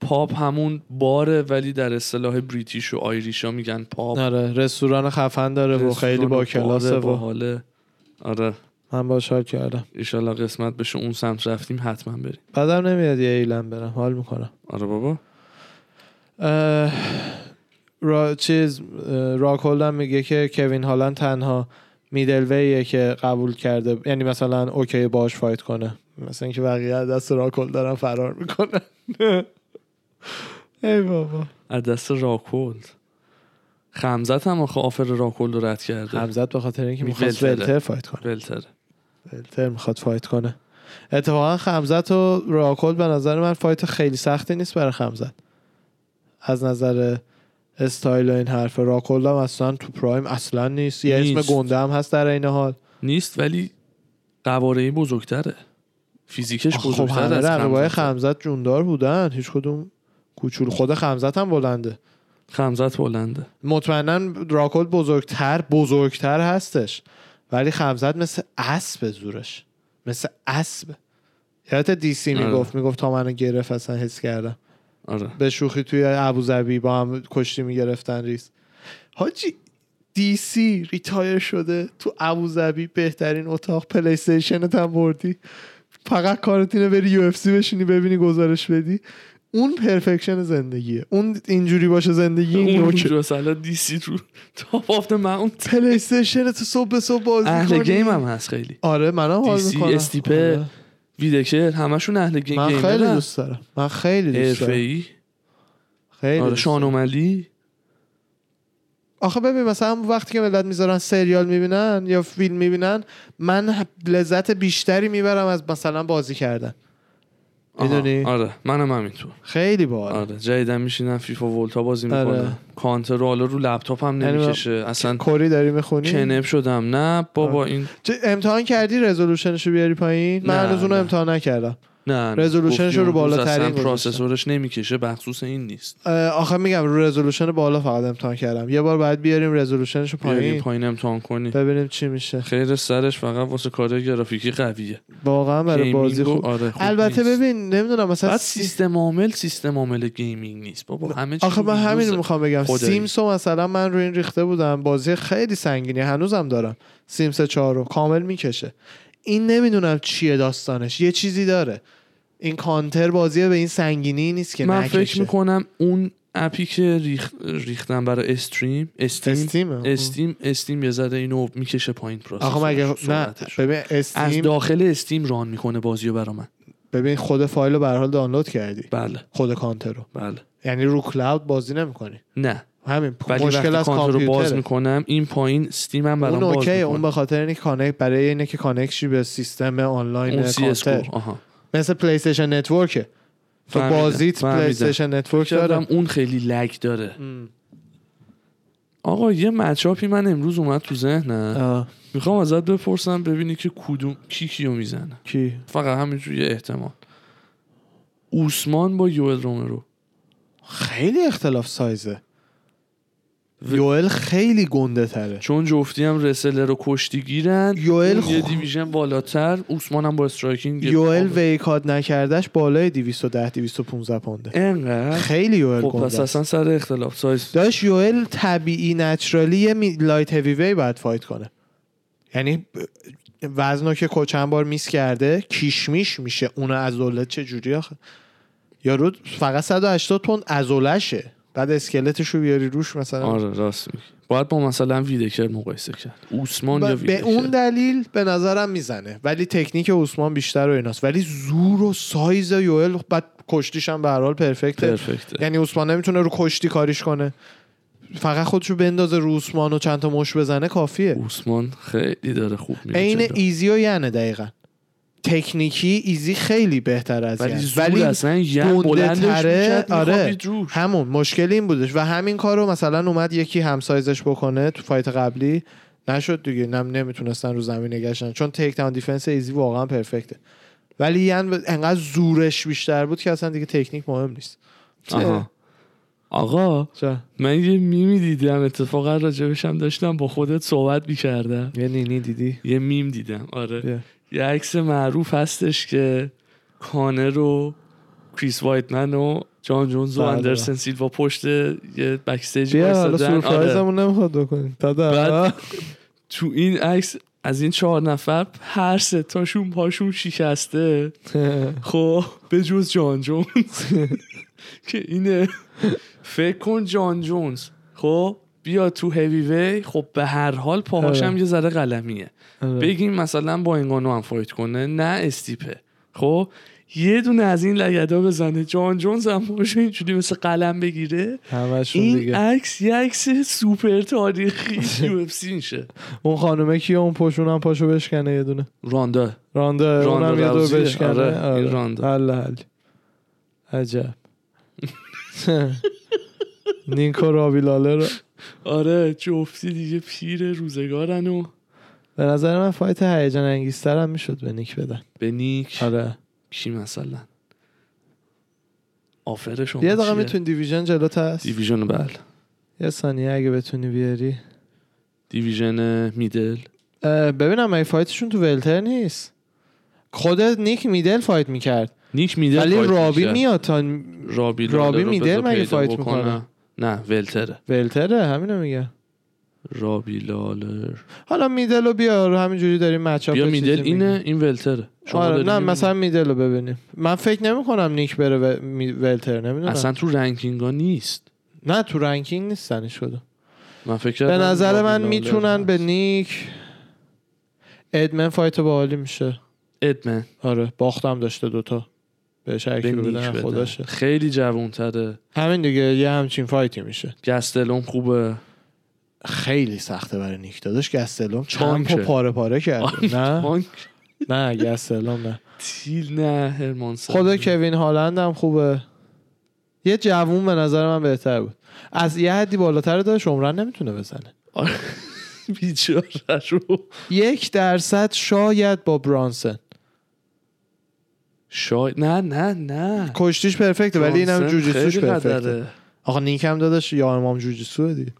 پاپ همون باره ولی در اصطلاح بریتیش و آیریشا میگن پاپ
آره رستوران خفن داره و خیلی
خب. رستوران
با
باره،
کلاسه و
باحاله آره
من باش حال کردم
ایشالا قسمت بشه اون سمت رفتیم حتما بریم
بعدم نمیاد یه ایلم برم حال میکنم
آره بابا
اه، را چیز اه، راک هولدن میگه که کوین هالند تنها میدل ویه که قبول کرده یعنی مثلا اوکی باش فایت کنه مثلا اینکه بقیه از دست راک هولدن هم فرار میکنه ای بابا
از دست راکولد خمزت هم آخه آفر راکولد رو رد کرده
همزت به خاطر اینکه میخواست
ولتره.
ولتر فایت کنه
بلتر
ولتر میخواد فایت کنه اتفاقا خمزت و راکل به نظر من فایت خیلی سختی نیست برای خمزت از نظر استایل و این حرف راکل هم اصلا تو پرایم اصلا نیست یه
نیست.
اسم گنده هم هست در این حال
نیست ولی قواره بزرگتره فیزیکش
خب
بزرگتر
همه
از
رقبای
خمزت
خمزت جوندار بودن هیچ کدوم کوچول خود خمزت هم بلنده
خمزت بلنده
مطمئنا راکل بزرگتر بزرگتر هستش ولی خمزت مثل اسب زورش مثل اسب یادت دیسی
آره.
میگفت میگفت تا منو گرفت اصلا حس کردم
آره
به شوخی توی ابوظبی با هم کشتی میگرفتن ریس حاجی دی سی ریتایر شده تو ابوظبی بهترین اتاق پلی استیشنت هم بردی فقط کارت اینه بری یو اف سی بشینی ببینی گزارش بدی اون پرفکشن زندگیه اون اینجوری باشه زندگی این
اون
نوکه.
جوس الان دیسی رو تاپ آف ماونت
پلی استیشن تو صبح به صبح بازی
اهل
کنی
گیم هم هست خیلی
آره منم حال
DC،
میکنم آره.
استیپه، ویدکر همشون اهل گیم
من
گیم
خیلی دوست دارم من خیلی دوست دارم
حرفه‌ای
خیلی
آره
دوست دارم.
شانوملی
آخه ببین مثلا همون وقتی که ملت میذارن سریال میبینن یا فیلم میبینن من ه- لذت بیشتری میبرم از مثلا بازی کردن میدونی؟
آره منم همینطور
خیلی باحال
آره جدیدن میشینم فیفا ولتا بازی میکنم
آره.
کانتر رو حالا رو لپتاپ هم
یعنی من-
نمیکشه اصلا
کری داری میخونی
کنپ شدم نه بابا این
چه امتحان کردی رزولوشنشو بیاری پایین من
نه،
هنوز اونو
نه.
امتحان نکردم
نه
رزولوشنش
گفتی
رو
اون روز
بالاترین
اصلا
گذاشتم.
پروسسورش نمیکشه بخصوص این نیست
اه، آخه میگم رو رزولوشن بالا فقط امتحان کردم یه بار باید بیاریم رزولوشنشو
بیاری
پایین
آره، پایین امتحان کنی
ببینیم چی میشه
خیر سرش فقط واسه کار گرافیکی قویه
واقعا برای
گیمینگ
بازی
و-
خوب
آره، خوب
البته
نیست.
ببین نمیدونم مثلا
بعد
سی-
سیستم عامل سیستم عامل گیمینگ نیست بابا همه چی
آخه من همین
ویندوزه.
رو میخوام بگم
خدایی.
سیمس رو مثلا من روی این ریخته بودم بازی خیلی سنگینی هنوزم دارم سیمس 4 رو کامل میکشه این نمیدونم چیه داستانش یه چیزی داره این کانتر بازی به این سنگینی نیست که
من
نکشه.
فکر میکنم اون اپی که ریخ... ریختن برای استریم استیم
استیمه.
استیم استیم یه ذره اینو میکشه پایین پروسس
آخه مگه نه
سرعتش.
ببین
از
استیم
داخل استیم ران میکنه بازیو برا من
ببین خود فایل رو به هر حال دانلود کردی
بله
خود کانتر رو
بله
یعنی رو کلاود بازی نمیکنی
نه
همین
ولی
خب، مشکل
وقتی
از
کانتر رو باز
کامپیوتر
میکنم این پایین استیم هم برام
اون
باز
اوکی
میکنه
اون به خاطر اینه که کانکت برای اینه که کانکشی به سیستم آنلاین
اون سی اس
کانتر
آها
مثل پلی استیشن نتورکه تو
فهمیدم،
بازیت
فهمیدم.
پلی استیشن نتورک داره
شاید اون خیلی لگ داره آقا یه مچاپی من امروز اومد تو ذهنم
آه،
میخوام ازت بپرسم ببینی که کدوم کی کیو میزنه
کی
فقط همینجوری احتمال اوسمان با یوئل رومرو
خیلی اختلاف سایزه یوئل خیلی گنده تره
چون جفتی هم رسلر و کشتی گیرن
یوئل
اون یه
خ-
دیویژن بالاتر اوسمان هم با استرایکینگ
یوئل ویکاد نکردش بالای 210 215 پونده
انقدر
خیلی یوئل
خب پس
گنده است.
اصلا سر اختلاف سایز
داشت یوئل طبیعی نچرالی یه می- لایت هیوی وی باید فایت کنه یعنی ب- وزنو که کو چند بار میس کرده کیشمیش میشه اون عضلات چه جوری آخه یارو فقط 180 تن عضلشه بعد اسکلتش رو بیاری روش مثلا
آره راست میگی باید با مثلا ویدکر مقایسه کرد اوسمان یا
ب- به
ویدکر
اون دلیل به نظرم میزنه ولی تکنیک عثمان بیشتر و ایناست ولی زور و سایز یوئل بعد کشتیش هم به هر حال پرفکته
پرفکته.
یعنی عثمان نمیتونه رو کشتی کاریش کنه فقط خودشو بندازه رو عثمان و چند تا مش بزنه کافیه
اوسمان خیلی داره خوب میره
عین
جلو.
ایزی و ینه دقیقا تکنیکی ایزی خیلی بهتر از
ولی
ینه.
زور اصلا ین
گنده
بلندش
تره،
می‌کرد،
آره
می‌خوابید روش.
همون مشکل این بودش و همین کارو مثلا اومد یکی همسایزش بکنه تو فایت قبلی نشد دیگه نم نمیتونستن رو زمین نگشتن چون تیک داون دیفنس ایزی واقعا پرفکته ولی ین ب- انقدر زورش بیشتر بود که اصلا دیگه تکنیک مهم نیست
آها. آقا
چه
من یه میمی دیدم اتفاقا راجبشم داشتم با خودت صحبت میکردم
یه نینی دیدی
یه میم دیدم آره
بیا.
یه عکس معروف هستش که کانر و کریس وایتمن و جان جونز و
بله.
اندرسن سیلوا پشت یه بکستیج
بیا حالا
وایسادن آره.
سورپرایزمون نمیخواد بکنیم
بعد
بعد
تو این عکس از این چهار نفر هر سه تاشون پاشون شکسته خب به جز جان جونز که اینه فکر کن جان جونز خب بیا تو هیوی وی خب به هر حال پاهاشم
آره.
یه ذره قلمیه بگیم مثلا با انگانو هم فایت کنه نه استیپه خب یه دونه از این لگدا بزنه جان جونز هم پاشو اینجوری مثل قلم بگیره
همشون
این
دیگه
عکس یه عکس سوپر تاریخی یو اف سی میشه
اون خانومه کیه اون پشون هم پاشو بشکنه یه دونه
راندا
راندا
راندا
اونم یه دور
روزیه.
بشکنه
آره، این
آره.
راندا.
حل حل عجب نینکو رابی لاله رو
آره جفتی دیگه پیر روزگارن و
به نظر من فایت هیجان انگیزتر هم میشد به نیک بدن
به نیک
آره
کی مثلا آفر شما
یه دقیقه
چیه؟
میتونی دیویژن جلوت هست
دیویژن بله
یه ثانیه اگه بتونی بیاری
دیویژن میدل
اه، ببینم ای فایتشون تو ولتر نیست خود نیک میدل فایت میکرد
نیک میدل
ولی
فایت
رابی
می‌کرد.
میاد تا
رابی
رابی
لاله رو
میدل
بذار
مگه
پیدا
فایت
بکنم.
می‌کنه؟
نه ولتره
ولتره همینو میگه
رابی لالر
حالا میدل رو بیار همینجوری داریم مچاپ
بیا
و چیزی
میدل
می‌گیم.
اینه این ولتره شما
آره
داری
نه
می‌بینی؟
مثلا میدل رو ببینیم من فکر نمی کنم نیک بره و... می... ولتر نمیدونم
اصلا تو رنکینگ ها نیست
نه تو رنکینگ نیستن شده
من فکر
به
کردم
نظر
رابی
من
لالر
میتونن
هست.
به نیک ادمن فایت با حالی میشه
ادمن
آره باختم داشته دوتا بهش
به
هرکی رو
نیک
بدن
بدن.
خداشه
خیلی جوانتره
همین دیگه یه همچین فایتی میشه
گستلون خوبه
خیلی سخته برای نیک داداش گستلوم
تانکه.
چمپو پاره پاره کرد نه
تانک
نه گستلوم نه
تیل نه هرمانسن
خود کوین هالند هم خوبه یه جوون به نظر من بهتر بود از یه حدی بالاتر داره شمرن نمیتونه بزنه
آره. بیچاره رو
یک درصد شاید با برانسن
شاید نه نه نه
کشتیش پرفکته ولی اینم
جانسن
جوجیسوش
خیلی
پرفکته
قدره.
آقا نیکم داداش یا امام جوجیسو دیگه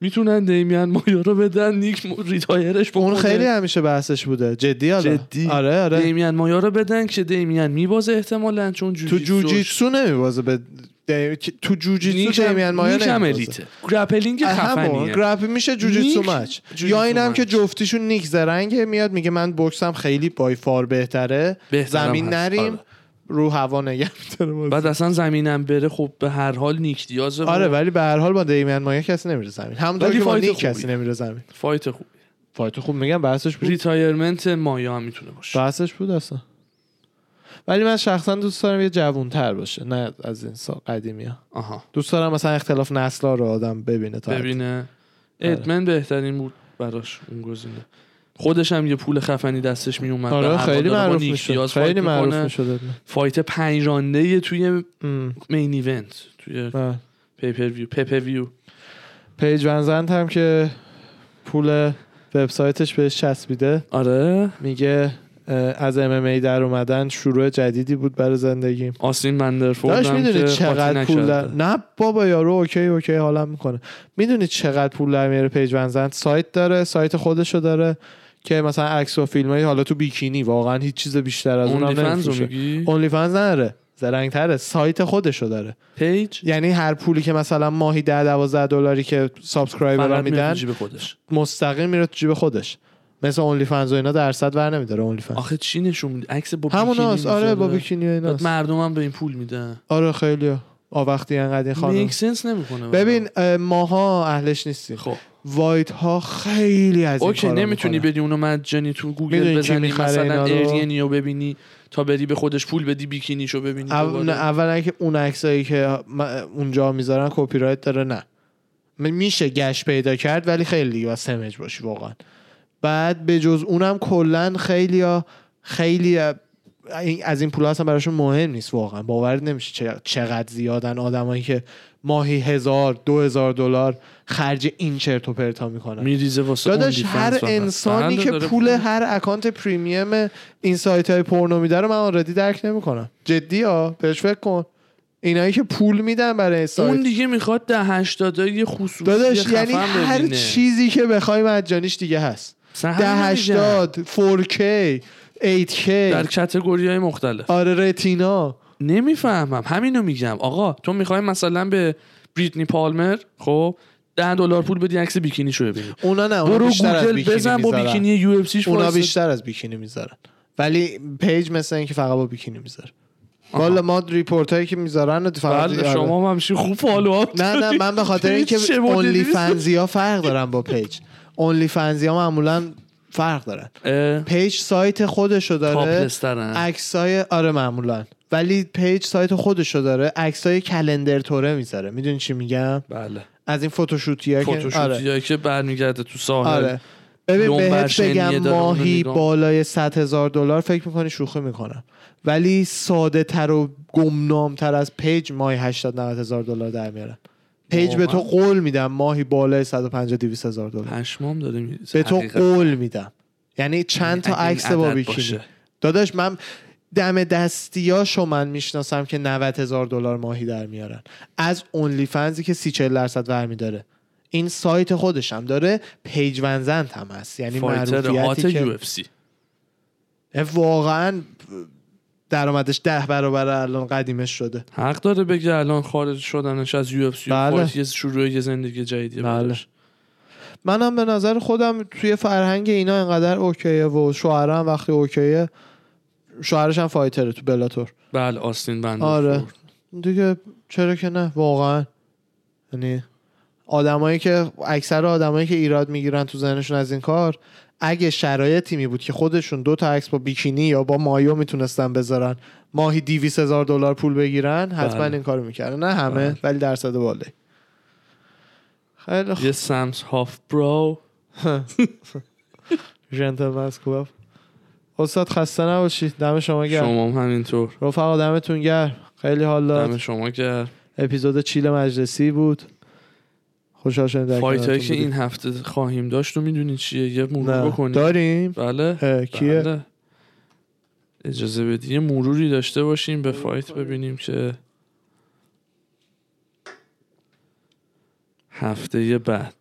میتونن دیمین مایا رو بدن نیک م- ریتایرش
اون
بکنه.
خیلی همیشه بحثش بوده جدی حالا
جدی
آره آره
دیمین مایا رو بدن که دیمین میبازه احتمالا چون
تو
جوجیتسوش
جوجیتسو نمیوازه به دی- تو جوجیتسو
نیکم
دیمین مایا
نیکم
نمیوازه
الیته گرپلینگ
همون
خفنیه
گرپ میشه جوجیتسو
نیک
مچ
جوجیتسو
یا اینم
مچ.
که جفتیشون نیک زرنگه میاد میگه من بوکسم خیلی بای فار بهتره
بهترم
زمین
هست.
نریم
آره.
رو هوا نگه می‌داره بازی.
بعد اصلا زمینم بره خب به هر حال نیک دیازه و
آره ولی به هر حال با دیمین مایا کسی نمیره زمین همونطور
ولی
که با
فایت
نیک
خوبی.
کسی نمیره زمین
فایت خوب
فایت خوب میگم بحثش بود
ریتایرمنت مایا هم میتونه باشه
بحثش بود اصلا ولی من شخصا دوست دارم یه جوونتر باشه نه از این سا قدیمی ها
آها
دوست دارم مثلا اختلاف نسلا رو آدم ببینه آره. تا حد.
ببینه ادمن بهترین بود براش اون گزینه خودش هم یه پول خفنی دستش می اومد
آره
به هوادارا
خیلی
با
معروف
نیک
میشد
دیاز فایت
خیلی معروف
می‌کنه.
میشد
فایت پنج رانده توی مین ایونت توی
بله.
پیپر ویو پیپر ویو
پیج ونزنت هم که پول وبسایتش بهش چسبیده
آره
میگه اه، از ام در اومدن شروع جدیدی بود برای زندگیم
آستین وندرفورد
داش میدونی
که
چقدر
قاطی
پول در...
نکرده.
نه بابا یارو اوکی اوکی حالم میکنه میدونی چقدر پول در میاره پیج ونزن سایت داره سایت خودشو داره که مثلا عکس و فیلم حالا تو بیکینی واقعا هیچ چیز بیشتر از اونم
OnlyFans رو
نمیفروشه
میگی
اونلی فنز نداره زرنگتره سایت خودشو داره
پیج
یعنی هر پولی که مثلا ماهی 10 12 دلاری که سابسکرایبر
فقط میره
میدن
تو جیب خودش
مستقیم میره تو جیب خودش مثل اونلی فنز و اینا درصد ور نمیداره اونلی فنز
آخه چی نشون میده عکس با بیکینی
همون هست، آره
میذاره.
با بیکینی و
بعد
ایناست
مردم هم به این پول میدن
آره خیلی آ وقتی انقدر این خانم
میک سنس نمیکنه
ببین اه، ماها اهلش نیستیم
خب
وایت ها خیلی از این
اوکی
کارا
نمیتونی
میکنن.
بری اونو مجانی تو
می‌دونی
گوگل
کی
بزنی
می‌خره اینا
مثلا
رو؟
ایرینی رو ببینی تا بری به خودش پول بدی بیکینیشو ببینی
اول نه،
دوباره.
اولا که اون عکسایی که م- اونجا میذارن کپی رایت داره نه م- میشه گشت پیدا کرد ولی خیلی دیگه باید سمج باشی واقعا بعد به جز اونم کلا خیلی خیلی اه، این- از این پولا اصلا براشون مهم نیست واقعا باور نمیشه چه- چقدر زیادن آدمایی که ماهی هزار دو هزار دلار خرج این چرت و پرتا میکنن
میریزه واسه
داداش
OnlyFans
هر
فقط.
انسانی
بنده
که
داره
پول هر اکانت پریمیم این سایت های پورنو میده رو من آردی درک نمیکنم جدی ها بهش فکر کن اینایی که پول میدن برای این
اون
سایت
دیگه میخواد ده هشتادای خصوصی
داداش
خفن
یعنی هر
ببینه.
چیزی که بخوای مجانیش دیگه هست
مثلا
ده
همین میگم.
هشتاد 4K 8K
در کتگوری های مختلف
آره رتینا
نمیفهمم همینو میگم آقا تو میخوای مثلا به بریتنی پالمر خب 10 دلار پول بدی عکس بیکینی شو ببینی
اونا نه اونا
برو
بیشتر از
گوگل
بیکینی
بزن با
می‌ذارن.
بیکینی یو اف سیش
اونا بیشتر از بیکینی میذارن ولی پیج مثل اینکه فقط با بیکینی میذاره والا ما ریپورت هایی که میذارن فقط آره.
بله، شما هم همشی خوب فالو آپ
نه نه
داری.
من به خاطر
پیج
اینکه
چه مدلی
اونلی
نیست؟
فنزی ها فرق دارن با پیج اونلی فنزی ها معمولا فرق دارن
اه،
پیج سایت خودشو داره
تاپلس‌ترن.
عکسای آره معمولا ولی پیج سایت خودشو داره عکسای کلندر توره میذاره میدونی چی میگم
بله
از این فوتوشوتی ها که آره
فوتوشوتی که برمیگرده تو ساحل
آره ببین
لنبر
بهت
شنیه
بگم
داره اونو
ماهی
نگاه.
بالای 100 هزار دلار فکر میکنی شوخی میکنم ولی ساده تر و گمنام تر از پیج ماهی 80 90 هزار دلار در میارن پیج به تو
واقعا؟
قول میدم ماهی بالای 150 200 هزار دلار
پشمام داره میریزه
به تو
حقیقت.
قول میدم یعنی چند تا
اگه این
عکس با
عدد
بیکینی
باشه.
داداش من دم دستیاشو من میشناسم که 90 هزار دلار ماهی در میارن از اونلی فنزی که 30 40 درصد برمیداره این سایت خودشم داره پیج ونزنت هم هست یعنی
فایتر هات
معروفیتی
یو
که
اف سی
واقعا درآمدش ده برابر الان قدیمش شده
حق داره بگه الان خارج شدنش از یو اف سی
بله.
شروع یه زندگی جدیدی
بله. منم به نظر خودم توی فرهنگ اینا انقدر اوکیه و شوهرم وقتی اوکیه شوهرش هم فایتره تو بلاتور
بله آستین بند
آره دیگه چرا که نه واقعا یعنی آدمایی که اکثر آدمایی که ایراد میگیرن تو ذهنشون از این کار اگه شرایطی می بود که خودشون دو تا عکس با بیکینی یا با مایو میتونستن بذارن ماهی 200 هزار دلار پول بگیرن حتما
بله.
این کارو میکردن نه همه
بله.
ولی درصد بالایی خیلی خوب
یه سمس هاف برو
جنتلمنز کلاب استاد خسته نباشید دم شما گرم
شما هم همینطور
رفقا دمتون گرم خیلی حال داد
دم شما که
اپیزود چیل مجلسی بود خوشحال شدیم در
فایت
کنارتون
هایی که این
بودیم.
هفته خواهیم داشت رو میدونی چیه یه
نه.
مرور بکنیم
داریم
بله
اه، کیه
بله. اجازه بدی یه مروری داشته باشیم به فایت ببینیم که هفته بعد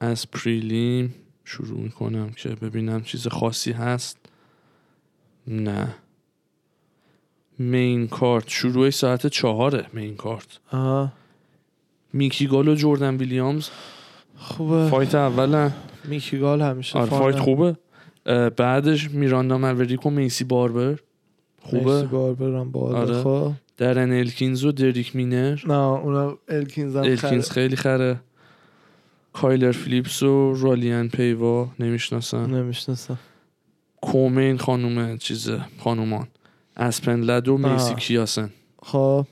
از پریلیم شروع میکنم که ببینم چیز خاصی هست نه مین کارت شروع ساعت چهاره مین کارت
آها
میکی گال و جوردن ویلیامز
خوبه
فایت اولن
میکیگال همیشه
آره
فانه.
فایت خوبه اه، بعدش میراندا موریک و میسی باربر
مرسی
خوبه
باربرم بالا
آره.
خب.
درن الکینز و دریک مینر
نه اونم الکینز هم
الکینز
الکینز
خیلی خره کایلر فلیپس و رالیان پیوا نمیشناسن
نمیشناسم
کومین خانوم چیزه خانومان اسپن لد و میسی
آه.
کیاسن
خب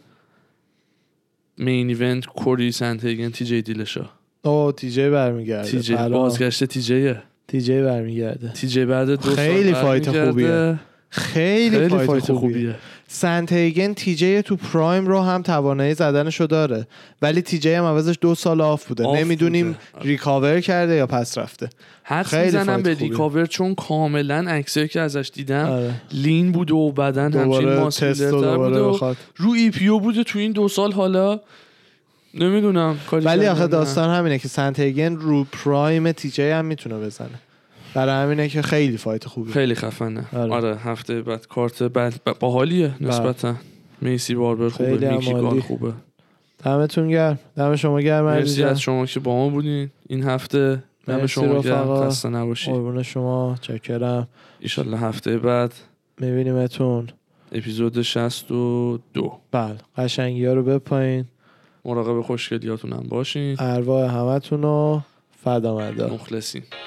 مین ایونت کوری سنتیگن تی جی دیلشا
او تی جی برمیگرده
تی جی
بله.
بازگشت تی جیه
جی برمیگرده
تی جی بعد دو سال
خیلی فایت
برمیگرده.
خوبیه. خیلی,
خیلی
فایت,
فایت
خوبیه,
خوبیه.
سنت هیگن تیجی تو پرایم رو هم توانایی زدنشو داره ولی تیجی هم عوضش دو سال آف بوده
آف آره.
نمیدونیم ریکاور کرده یا پس رفته
حدس
خیلی
میزنم
فایت
به
خوبیه.
ریکاور چون کاملا عکسایی که ازش دیدم
آره.
لین بوده و بدن همچین
دوباره تست و
ماسکولرتر
دوباره
بوده و
بخواد
رو ای پیو بوده تو این دو سال حالا نمیدونم کاری
ولی
کردن
آخه
نه.
داستان همینه که سنت هیگن رو پرایم تیجی هم میتونه بزنه برای همینه که خیلی فایت خوبیه
خیلی خفنه
آره. بله.
آره. هفته بعد کارت بعد ب- باحالیه نسبتا میسی باربر
خیلی
خوبه
هم
میکی
عالی.
گان خوبه
دمتون گرم دم شما گرم عزیز
مرسی
جان.
از شما که با ما بودین این هفته دم
مرسی
شما گرم
رفقا.
خسته نباشید
قربون شما چکرم
ایشالله هفته بعد
میبینیمتون
اپیزود 62
بله قشنگی ها رو بپایین
مراقب خوشگلیاتون هم باشین
ارواح همتون رو فدا مدار
مخلصین